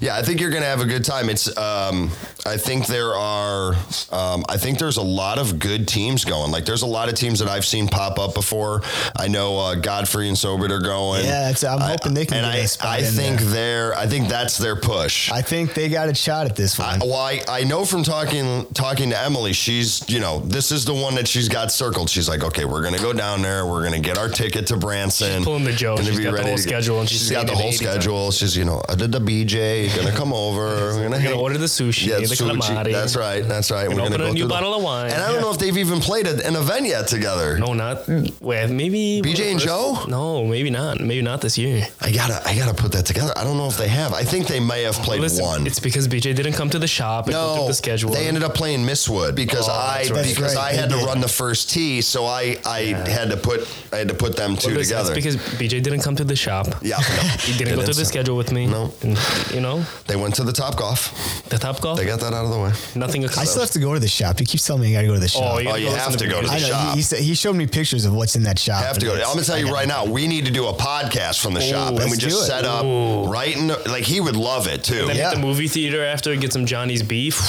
[SPEAKER 1] Yeah, I think you're gonna have a good time. It's um, I think there are um, I think there's a lot of good teams going. Like there's a lot of teams that I've seen pop up before. I know uh, Godfrey and Sobert are going.
[SPEAKER 2] Yeah, that's, I'm hoping they can
[SPEAKER 1] and
[SPEAKER 2] get
[SPEAKER 1] I
[SPEAKER 2] a spot
[SPEAKER 1] I
[SPEAKER 2] in
[SPEAKER 1] think
[SPEAKER 2] there.
[SPEAKER 1] they're I think that's their push.
[SPEAKER 2] I think they got a shot at this one.
[SPEAKER 1] Well, I, I know from talking talking to Emily, she's you know this is the one that she's got circled. She's like, okay, we're gonna go down there, we're gonna get our ticket to Branson,
[SPEAKER 3] pulling the Joe.
[SPEAKER 1] Gonna
[SPEAKER 3] She's
[SPEAKER 1] be
[SPEAKER 3] got the
[SPEAKER 1] ready
[SPEAKER 3] whole
[SPEAKER 1] to go.
[SPEAKER 3] schedule and she's
[SPEAKER 1] she's got
[SPEAKER 3] saying
[SPEAKER 1] the
[SPEAKER 3] it
[SPEAKER 1] whole
[SPEAKER 3] 80 times.
[SPEAKER 1] schedule. She's you know I did the BJ, gonna come over, we're gonna,
[SPEAKER 3] <laughs> We're
[SPEAKER 1] hang-
[SPEAKER 3] gonna order the sushi,
[SPEAKER 1] Yeah,
[SPEAKER 3] the
[SPEAKER 1] sushi.
[SPEAKER 3] calamari.
[SPEAKER 1] That's right, that's right. We're
[SPEAKER 3] open a
[SPEAKER 1] go
[SPEAKER 3] new
[SPEAKER 1] through the-
[SPEAKER 3] bottle of wine.
[SPEAKER 1] and I don't know if they've even played an event yet together.
[SPEAKER 3] No, not Wait, maybe
[SPEAKER 1] BJ and Joe?
[SPEAKER 3] No, maybe not. Maybe not this year.
[SPEAKER 1] I gotta, I gotta put that together. I don't know if they have. I think they may have played
[SPEAKER 3] Listen,
[SPEAKER 1] one.
[SPEAKER 3] It's because BJ didn't come to the shop and looked
[SPEAKER 1] no,
[SPEAKER 3] at the schedule.
[SPEAKER 1] they ended up playing Misswood because
[SPEAKER 3] Oh,
[SPEAKER 1] I
[SPEAKER 3] that's right.
[SPEAKER 1] because
[SPEAKER 2] That's
[SPEAKER 1] I
[SPEAKER 2] right,
[SPEAKER 1] had
[SPEAKER 2] they
[SPEAKER 1] to
[SPEAKER 2] did.
[SPEAKER 1] run the first tee, so I I had to put I had to put them two
[SPEAKER 3] Listen,
[SPEAKER 1] together.
[SPEAKER 3] It's because BJ didn't come to the shop. <laughs>
[SPEAKER 1] yeah, no,
[SPEAKER 3] He didn't go through the schedule with me.
[SPEAKER 1] No.
[SPEAKER 3] And, you know,
[SPEAKER 1] They went to the top golf.
[SPEAKER 3] the top golf,
[SPEAKER 1] They got that out of the way.
[SPEAKER 3] nothing
[SPEAKER 2] I
[SPEAKER 3] occurs.
[SPEAKER 2] still have to go to the shop. He keeps telling me I got to go to the shop.
[SPEAKER 1] Oh, you have to go to
[SPEAKER 2] I
[SPEAKER 1] the
[SPEAKER 2] know.
[SPEAKER 1] shop.
[SPEAKER 2] He, he, said, he showed me pictures of what's in that shop.
[SPEAKER 1] have to go. I'm gonna tell you right now, we need to do a podcast from the shop, and
[SPEAKER 2] let's
[SPEAKER 1] we
[SPEAKER 2] do
[SPEAKER 1] just
[SPEAKER 2] it.
[SPEAKER 1] set up right in the, like he would love it too.
[SPEAKER 3] Then
[SPEAKER 1] Yeah.
[SPEAKER 3] at the movie theater after, get some Johnny's beef.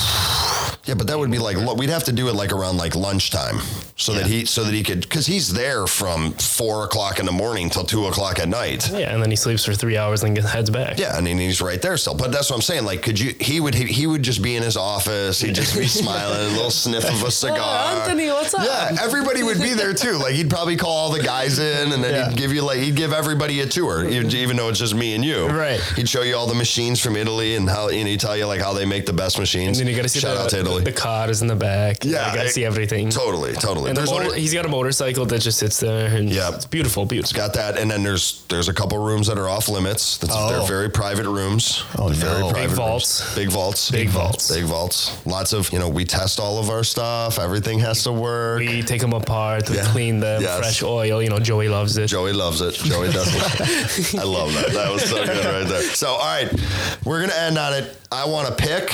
[SPEAKER 1] but that would be like lo- we'd have to do it like around like lunchtime, so that he so that he could because he's there from four o'clock in the morning till two o'clock at night.
[SPEAKER 3] Yeah, and then he sleeps for three hours and gets heads back.
[SPEAKER 1] Yeah, I mean he's right there still. But that's what I'm saying. Like, could you? He would. He, he would just be in his office. He'd just be
[SPEAKER 3] <laughs>
[SPEAKER 1] smiling, a little sniff of a cigar.
[SPEAKER 3] Oh, Anthony, what's up?
[SPEAKER 1] Yeah, everybody would be there too. Like he'd probably call all the guys in, and then he'd give you like he'd give everybody a tour, even even though it's just me and you.
[SPEAKER 2] Right.
[SPEAKER 1] He'd show you all the machines from Italy and how and he'd tell you like how they make the best machines.
[SPEAKER 3] And then you got to see
[SPEAKER 1] Shout
[SPEAKER 3] the,
[SPEAKER 1] out to Italy.
[SPEAKER 3] the car is in the back.
[SPEAKER 1] Yeah,
[SPEAKER 3] you got
[SPEAKER 1] I-
[SPEAKER 3] to see everything.
[SPEAKER 1] totally, totally.
[SPEAKER 3] And the
[SPEAKER 1] There's
[SPEAKER 3] motor,
[SPEAKER 1] only,
[SPEAKER 3] he's got a motorcycle that just sits there. And
[SPEAKER 1] Yep.
[SPEAKER 3] it's beautiful, beautiful.
[SPEAKER 1] got that, and then there's there's a couple rooms that are off limits. That's,
[SPEAKER 2] Oh.
[SPEAKER 1] They're very private rooms.
[SPEAKER 2] Oh,
[SPEAKER 1] very
[SPEAKER 2] no.
[SPEAKER 1] private rooms.
[SPEAKER 3] vaults.
[SPEAKER 1] Big vaults.
[SPEAKER 3] Big vaults.
[SPEAKER 1] Big vaults. Lots of you know we test all of our stuff. Everything has to work.
[SPEAKER 3] We take them apart, we
[SPEAKER 1] Yeah.
[SPEAKER 3] clean them,
[SPEAKER 1] Yes.
[SPEAKER 3] fresh oil. You know, Joey loves it.
[SPEAKER 1] Joey loves it. Joey does
[SPEAKER 2] <laughs>
[SPEAKER 1] it. I love that. That was so good right there. So, all right, we're gonna end on it. I want a pick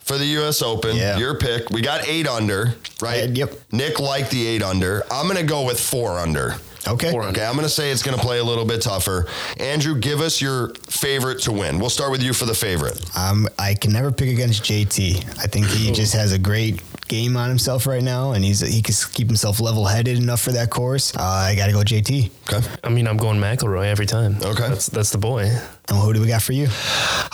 [SPEAKER 1] for the U.S. Open.
[SPEAKER 2] Yeah.
[SPEAKER 1] Your pick. We got eight under, right?
[SPEAKER 2] Uh, yep.
[SPEAKER 1] Nick liked the eight under. I'm gonna go with four under.
[SPEAKER 2] Okay.
[SPEAKER 3] Four
[SPEAKER 1] Okay, I'm gonna say it's gonna play a little bit tougher. Andrew, give us your favorite to win. We'll start with you for the favorite.
[SPEAKER 2] Um, I can never pick against JT. I think
[SPEAKER 1] Oh.
[SPEAKER 2] he just has a great game on himself right now, and he's he can keep himself level headed enough for that course. Uh, I got to go JT.
[SPEAKER 1] Okay.
[SPEAKER 3] I mean, I'm going McElroy every time.
[SPEAKER 1] Okay.
[SPEAKER 3] That's that's the boy.
[SPEAKER 2] And who do we got for you?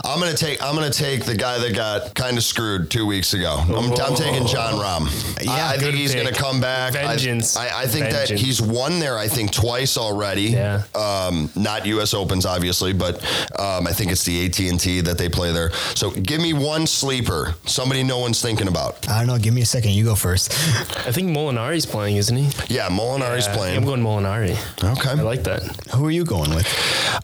[SPEAKER 1] I'm gonna take I'm gonna take the guy that got kind of screwed two weeks ago. I'm, I'm taking John Rahm.
[SPEAKER 2] Yeah,
[SPEAKER 1] I, I think
[SPEAKER 3] Oh. good
[SPEAKER 1] he's
[SPEAKER 3] pick.
[SPEAKER 1] gonna come back. I-
[SPEAKER 3] Vengeance.
[SPEAKER 1] I, I think that
[SPEAKER 3] Vengeance.
[SPEAKER 1] he's won there. I think twice already.
[SPEAKER 3] Yeah.
[SPEAKER 1] Um, not U.S. Opens obviously, but um, I think it's the AT and T that they play there. So give me one sleeper, somebody no one's thinking about.
[SPEAKER 2] I don't know. Give me a second. You go first. <laughs>
[SPEAKER 3] I think Molinari's playing, isn't he?
[SPEAKER 1] Yeah, Molinari's
[SPEAKER 3] Yeah,
[SPEAKER 1] playing.
[SPEAKER 3] I'm going Molinari.
[SPEAKER 1] Okay.
[SPEAKER 3] I like that.
[SPEAKER 2] who are you going with?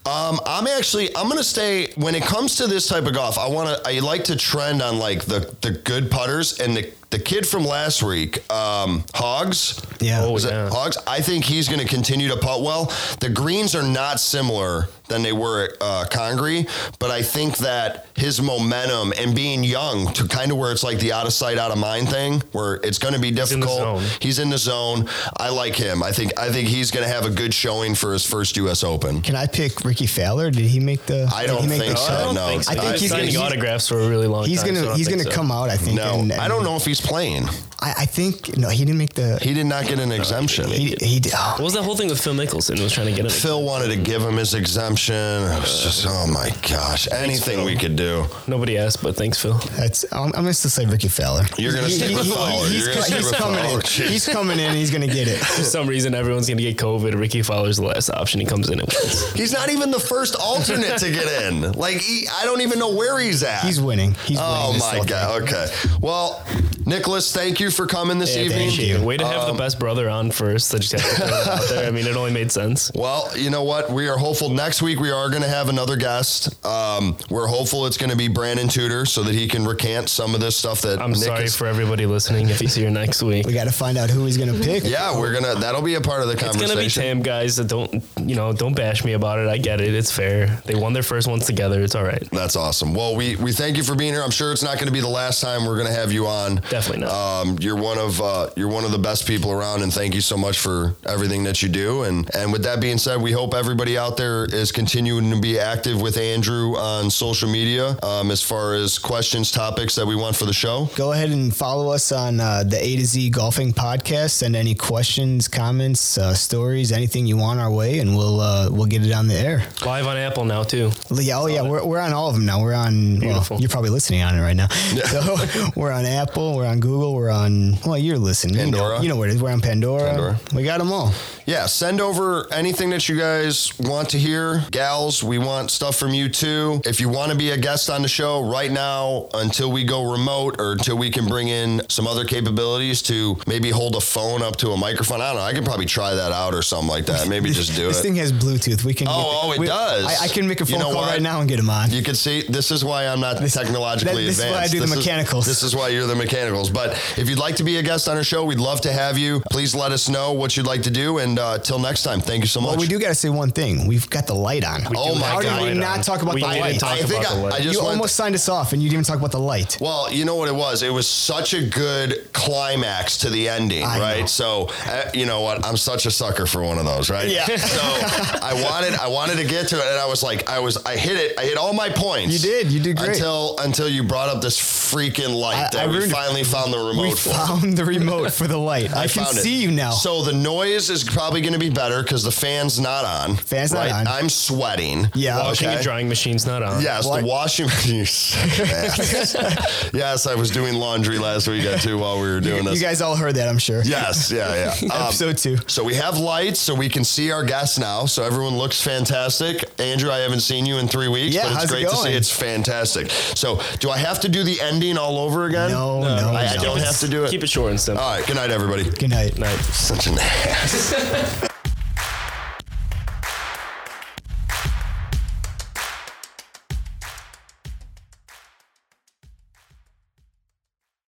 [SPEAKER 1] Um, I'm actually I'm gonna stay when it comes to this type of golf. I wanna I like to trend on like the the good putters and the the kid from last week, um, Hogs.
[SPEAKER 2] Yeah.
[SPEAKER 3] Oh,
[SPEAKER 1] Was
[SPEAKER 3] yeah.
[SPEAKER 1] it Hogs? I think he's going to continue to putt well. The greens are not similar than they were at uh, Congreve, but I think that his momentum and being young to kind of where it's like the out of sight, out of mind thing, where it's going to be
[SPEAKER 3] in the
[SPEAKER 1] difficult.
[SPEAKER 3] zone.
[SPEAKER 1] He's in the zone. I like him. I think I think he's going to have a good showing for his first U.S. Open.
[SPEAKER 2] Can I pick Ricky Fowler? Did he make the?
[SPEAKER 1] I
[SPEAKER 2] did
[SPEAKER 1] don't
[SPEAKER 2] he make
[SPEAKER 1] think
[SPEAKER 2] the
[SPEAKER 1] so,
[SPEAKER 2] cut?
[SPEAKER 1] no.
[SPEAKER 3] think so.
[SPEAKER 1] I
[SPEAKER 3] I
[SPEAKER 1] think he's
[SPEAKER 3] think he's signing
[SPEAKER 2] gonna-
[SPEAKER 3] autographs for a really long
[SPEAKER 2] He's
[SPEAKER 3] time. so I
[SPEAKER 2] gonna
[SPEAKER 3] don't
[SPEAKER 2] he's
[SPEAKER 3] think
[SPEAKER 2] gonna
[SPEAKER 3] so.
[SPEAKER 2] come out. I think.
[SPEAKER 1] No,
[SPEAKER 2] and-
[SPEAKER 1] I don't know if he's playing.
[SPEAKER 2] I, I think no. He didn't make the.
[SPEAKER 1] He did not get an exemption.
[SPEAKER 2] He he. did- oh,
[SPEAKER 3] What was that whole thing with Phil Mickelson was trying to get him?
[SPEAKER 1] Phil wanted to give him his exemption. It was just, oh my gosh, anything we could do.
[SPEAKER 3] Nobody asked, but thanks,
[SPEAKER 1] <laughs>
[SPEAKER 3] Phil.
[SPEAKER 2] That's I'm, I'm gonna still say Ricky Fowler.
[SPEAKER 1] You're gonna
[SPEAKER 2] He-
[SPEAKER 1] stick
[SPEAKER 2] he-
[SPEAKER 1] with
[SPEAKER 2] he-
[SPEAKER 1] Fowler.
[SPEAKER 2] He's,
[SPEAKER 1] You're gonna
[SPEAKER 2] co-
[SPEAKER 1] stick
[SPEAKER 2] he's
[SPEAKER 1] with
[SPEAKER 2] coming
[SPEAKER 1] Fowler.
[SPEAKER 2] in.
[SPEAKER 1] Jeez.
[SPEAKER 2] He's coming in. He's gonna get it.
[SPEAKER 3] For some reason, everyone's gonna get COVID. Ricky Fowler's the last option. He comes in and wins.
[SPEAKER 1] He's not even the first alternate to get in. Like he, I don't even know where he's at.
[SPEAKER 2] He's winning. He's
[SPEAKER 1] oh
[SPEAKER 2] winning. this
[SPEAKER 1] my god.
[SPEAKER 2] whole
[SPEAKER 1] Okay. Well, Nicholas, thank you for coming this
[SPEAKER 2] Yeah,
[SPEAKER 1] evening.
[SPEAKER 2] thank you.
[SPEAKER 3] Way to have
[SPEAKER 1] um,
[SPEAKER 3] the best brother on first. I just have to throw that out there. I mean, it only made sense.
[SPEAKER 1] Well, you know what? We are hopeful next week we are going to have another guest. Um, we're hopeful it's going to be Brandon Tudor so that he can recant some of this stuff that
[SPEAKER 3] I'm
[SPEAKER 1] Nick
[SPEAKER 3] sorry
[SPEAKER 1] is-
[SPEAKER 3] for everybody listening. If he's here
[SPEAKER 1] <laughs>
[SPEAKER 3] next week,
[SPEAKER 2] We got to find out who he's gonna pick.
[SPEAKER 1] Yeah, we're gonna. That'll be a part of the
[SPEAKER 3] it's
[SPEAKER 1] conversation.
[SPEAKER 3] gonna be Tim, guys. So Don't you know? Don't bash me about it. I get it. It's fair. They won their first ones together. It's all right.
[SPEAKER 1] That's awesome. Well, we we thank you for being here. I'm sure it's not going to be the last time we're going to have you on.
[SPEAKER 3] Definitely not.
[SPEAKER 1] Um, you're one of uh, you're one of the best people around, and thank you so much for everything that you do. And and with that being said, we hope everybody out there is continuing to be active with Andrew on social media um, as far as questions, topics that we want for the show.
[SPEAKER 2] Go ahead and follow us on uh, the A to Z Golfing Podcast. Send any questions, comments, uh, stories, anything you want our way, and we'll uh, we'll get it on the air.
[SPEAKER 1] Uh,
[SPEAKER 3] Live on Apple now too.
[SPEAKER 2] Yeah, oh yeah, we're, we're on all of them now. We're on. Well,
[SPEAKER 3] Beautiful.
[SPEAKER 2] you're probably listening on it right now. <laughs> So we're on Apple. We're on Google. We're on. Well, you're listening. You know-
[SPEAKER 1] Pandora.
[SPEAKER 2] You know, where it is. We're on Pandora.
[SPEAKER 1] Pandora.
[SPEAKER 2] We got them all.
[SPEAKER 1] yeah, send over anything that you guys want to hear. Gals, we want stuff from you too. If you want to be a guest on the show right now until we go remote or until we can bring in some other capabilities to maybe hold a phone up to a microphone, I don't know. I could probably try that out or something like that. Maybe just do
[SPEAKER 2] <laughs> this
[SPEAKER 1] it.
[SPEAKER 2] thing has Bluetooth. We can.
[SPEAKER 1] Oh, oh, it
[SPEAKER 2] we-
[SPEAKER 1] does.
[SPEAKER 2] I, I can make a
[SPEAKER 1] You
[SPEAKER 2] phone
[SPEAKER 1] know
[SPEAKER 2] call
[SPEAKER 1] what?
[SPEAKER 2] right now and get him on.
[SPEAKER 1] You can see this is why I'm not technologically
[SPEAKER 2] that- this is why I
[SPEAKER 1] advanced.
[SPEAKER 2] do the mechanicals.
[SPEAKER 1] this is why you're the mechanicals. But if you'd like to be a guest on our show, we'd love to have you. Please let us know what you'd like to do. And uh, till next time, thank you so much.
[SPEAKER 2] Well, we do got to say one thing. We've got the light on.
[SPEAKER 1] Oh my
[SPEAKER 2] How
[SPEAKER 1] God.
[SPEAKER 2] did we not talk about
[SPEAKER 3] We
[SPEAKER 2] the
[SPEAKER 3] didn't
[SPEAKER 2] light?
[SPEAKER 3] talk
[SPEAKER 1] I think
[SPEAKER 3] about the
[SPEAKER 1] I-
[SPEAKER 3] light.
[SPEAKER 1] I just
[SPEAKER 2] you
[SPEAKER 1] went-
[SPEAKER 2] almost signed us off, and you didn't even talk about the light.
[SPEAKER 1] Well, you know what it was? It was such a good climax to the ending,
[SPEAKER 2] I
[SPEAKER 1] right?
[SPEAKER 2] know.
[SPEAKER 1] So, uh, you know what? I'm such a sucker for one of those, right?
[SPEAKER 2] Yeah. <laughs>
[SPEAKER 1] So, I wanted I wanted to get to it and I was like I was I hit it. I hit all my points.
[SPEAKER 2] You did. You did great.
[SPEAKER 1] Until until you brought up this freaking light
[SPEAKER 2] I-
[SPEAKER 1] that
[SPEAKER 2] I
[SPEAKER 1] we
[SPEAKER 2] ruined it.
[SPEAKER 1] finally found the remote
[SPEAKER 2] we
[SPEAKER 1] for.
[SPEAKER 2] found the remote for the light. I, can
[SPEAKER 1] found it.
[SPEAKER 2] see you now.
[SPEAKER 1] So the noise is probably going to be better because the fan's not on.
[SPEAKER 2] Fan's not on.
[SPEAKER 1] I'm sweating.
[SPEAKER 2] Yeah.
[SPEAKER 3] Washing and drying machine's not on.
[SPEAKER 1] Yes,
[SPEAKER 2] What?
[SPEAKER 1] the washing machine. <laughs> You suck ass. yes, I was doing laundry last weekend too while we were doing
[SPEAKER 2] you
[SPEAKER 1] this.
[SPEAKER 2] guys all heard that, I'm sure.
[SPEAKER 1] yes, yeah, yeah. Um,
[SPEAKER 2] <laughs> Episode two.
[SPEAKER 1] so we have lights, so we can see our guests now. So everyone looks fantastic. Andrew, I haven't seen you in three weeks,
[SPEAKER 2] Yeah,
[SPEAKER 1] but it's
[SPEAKER 2] how's it
[SPEAKER 1] great to see.
[SPEAKER 2] going?
[SPEAKER 1] It's fantastic. So do I have to do the ending all over again?
[SPEAKER 2] No, No, no,
[SPEAKER 1] I, I
[SPEAKER 2] no.
[SPEAKER 1] don't have to do it.
[SPEAKER 3] Keep it short and simple.
[SPEAKER 1] Uh, All right. Good night, everybody.
[SPEAKER 2] Good night.
[SPEAKER 3] Night.
[SPEAKER 1] Such an ass.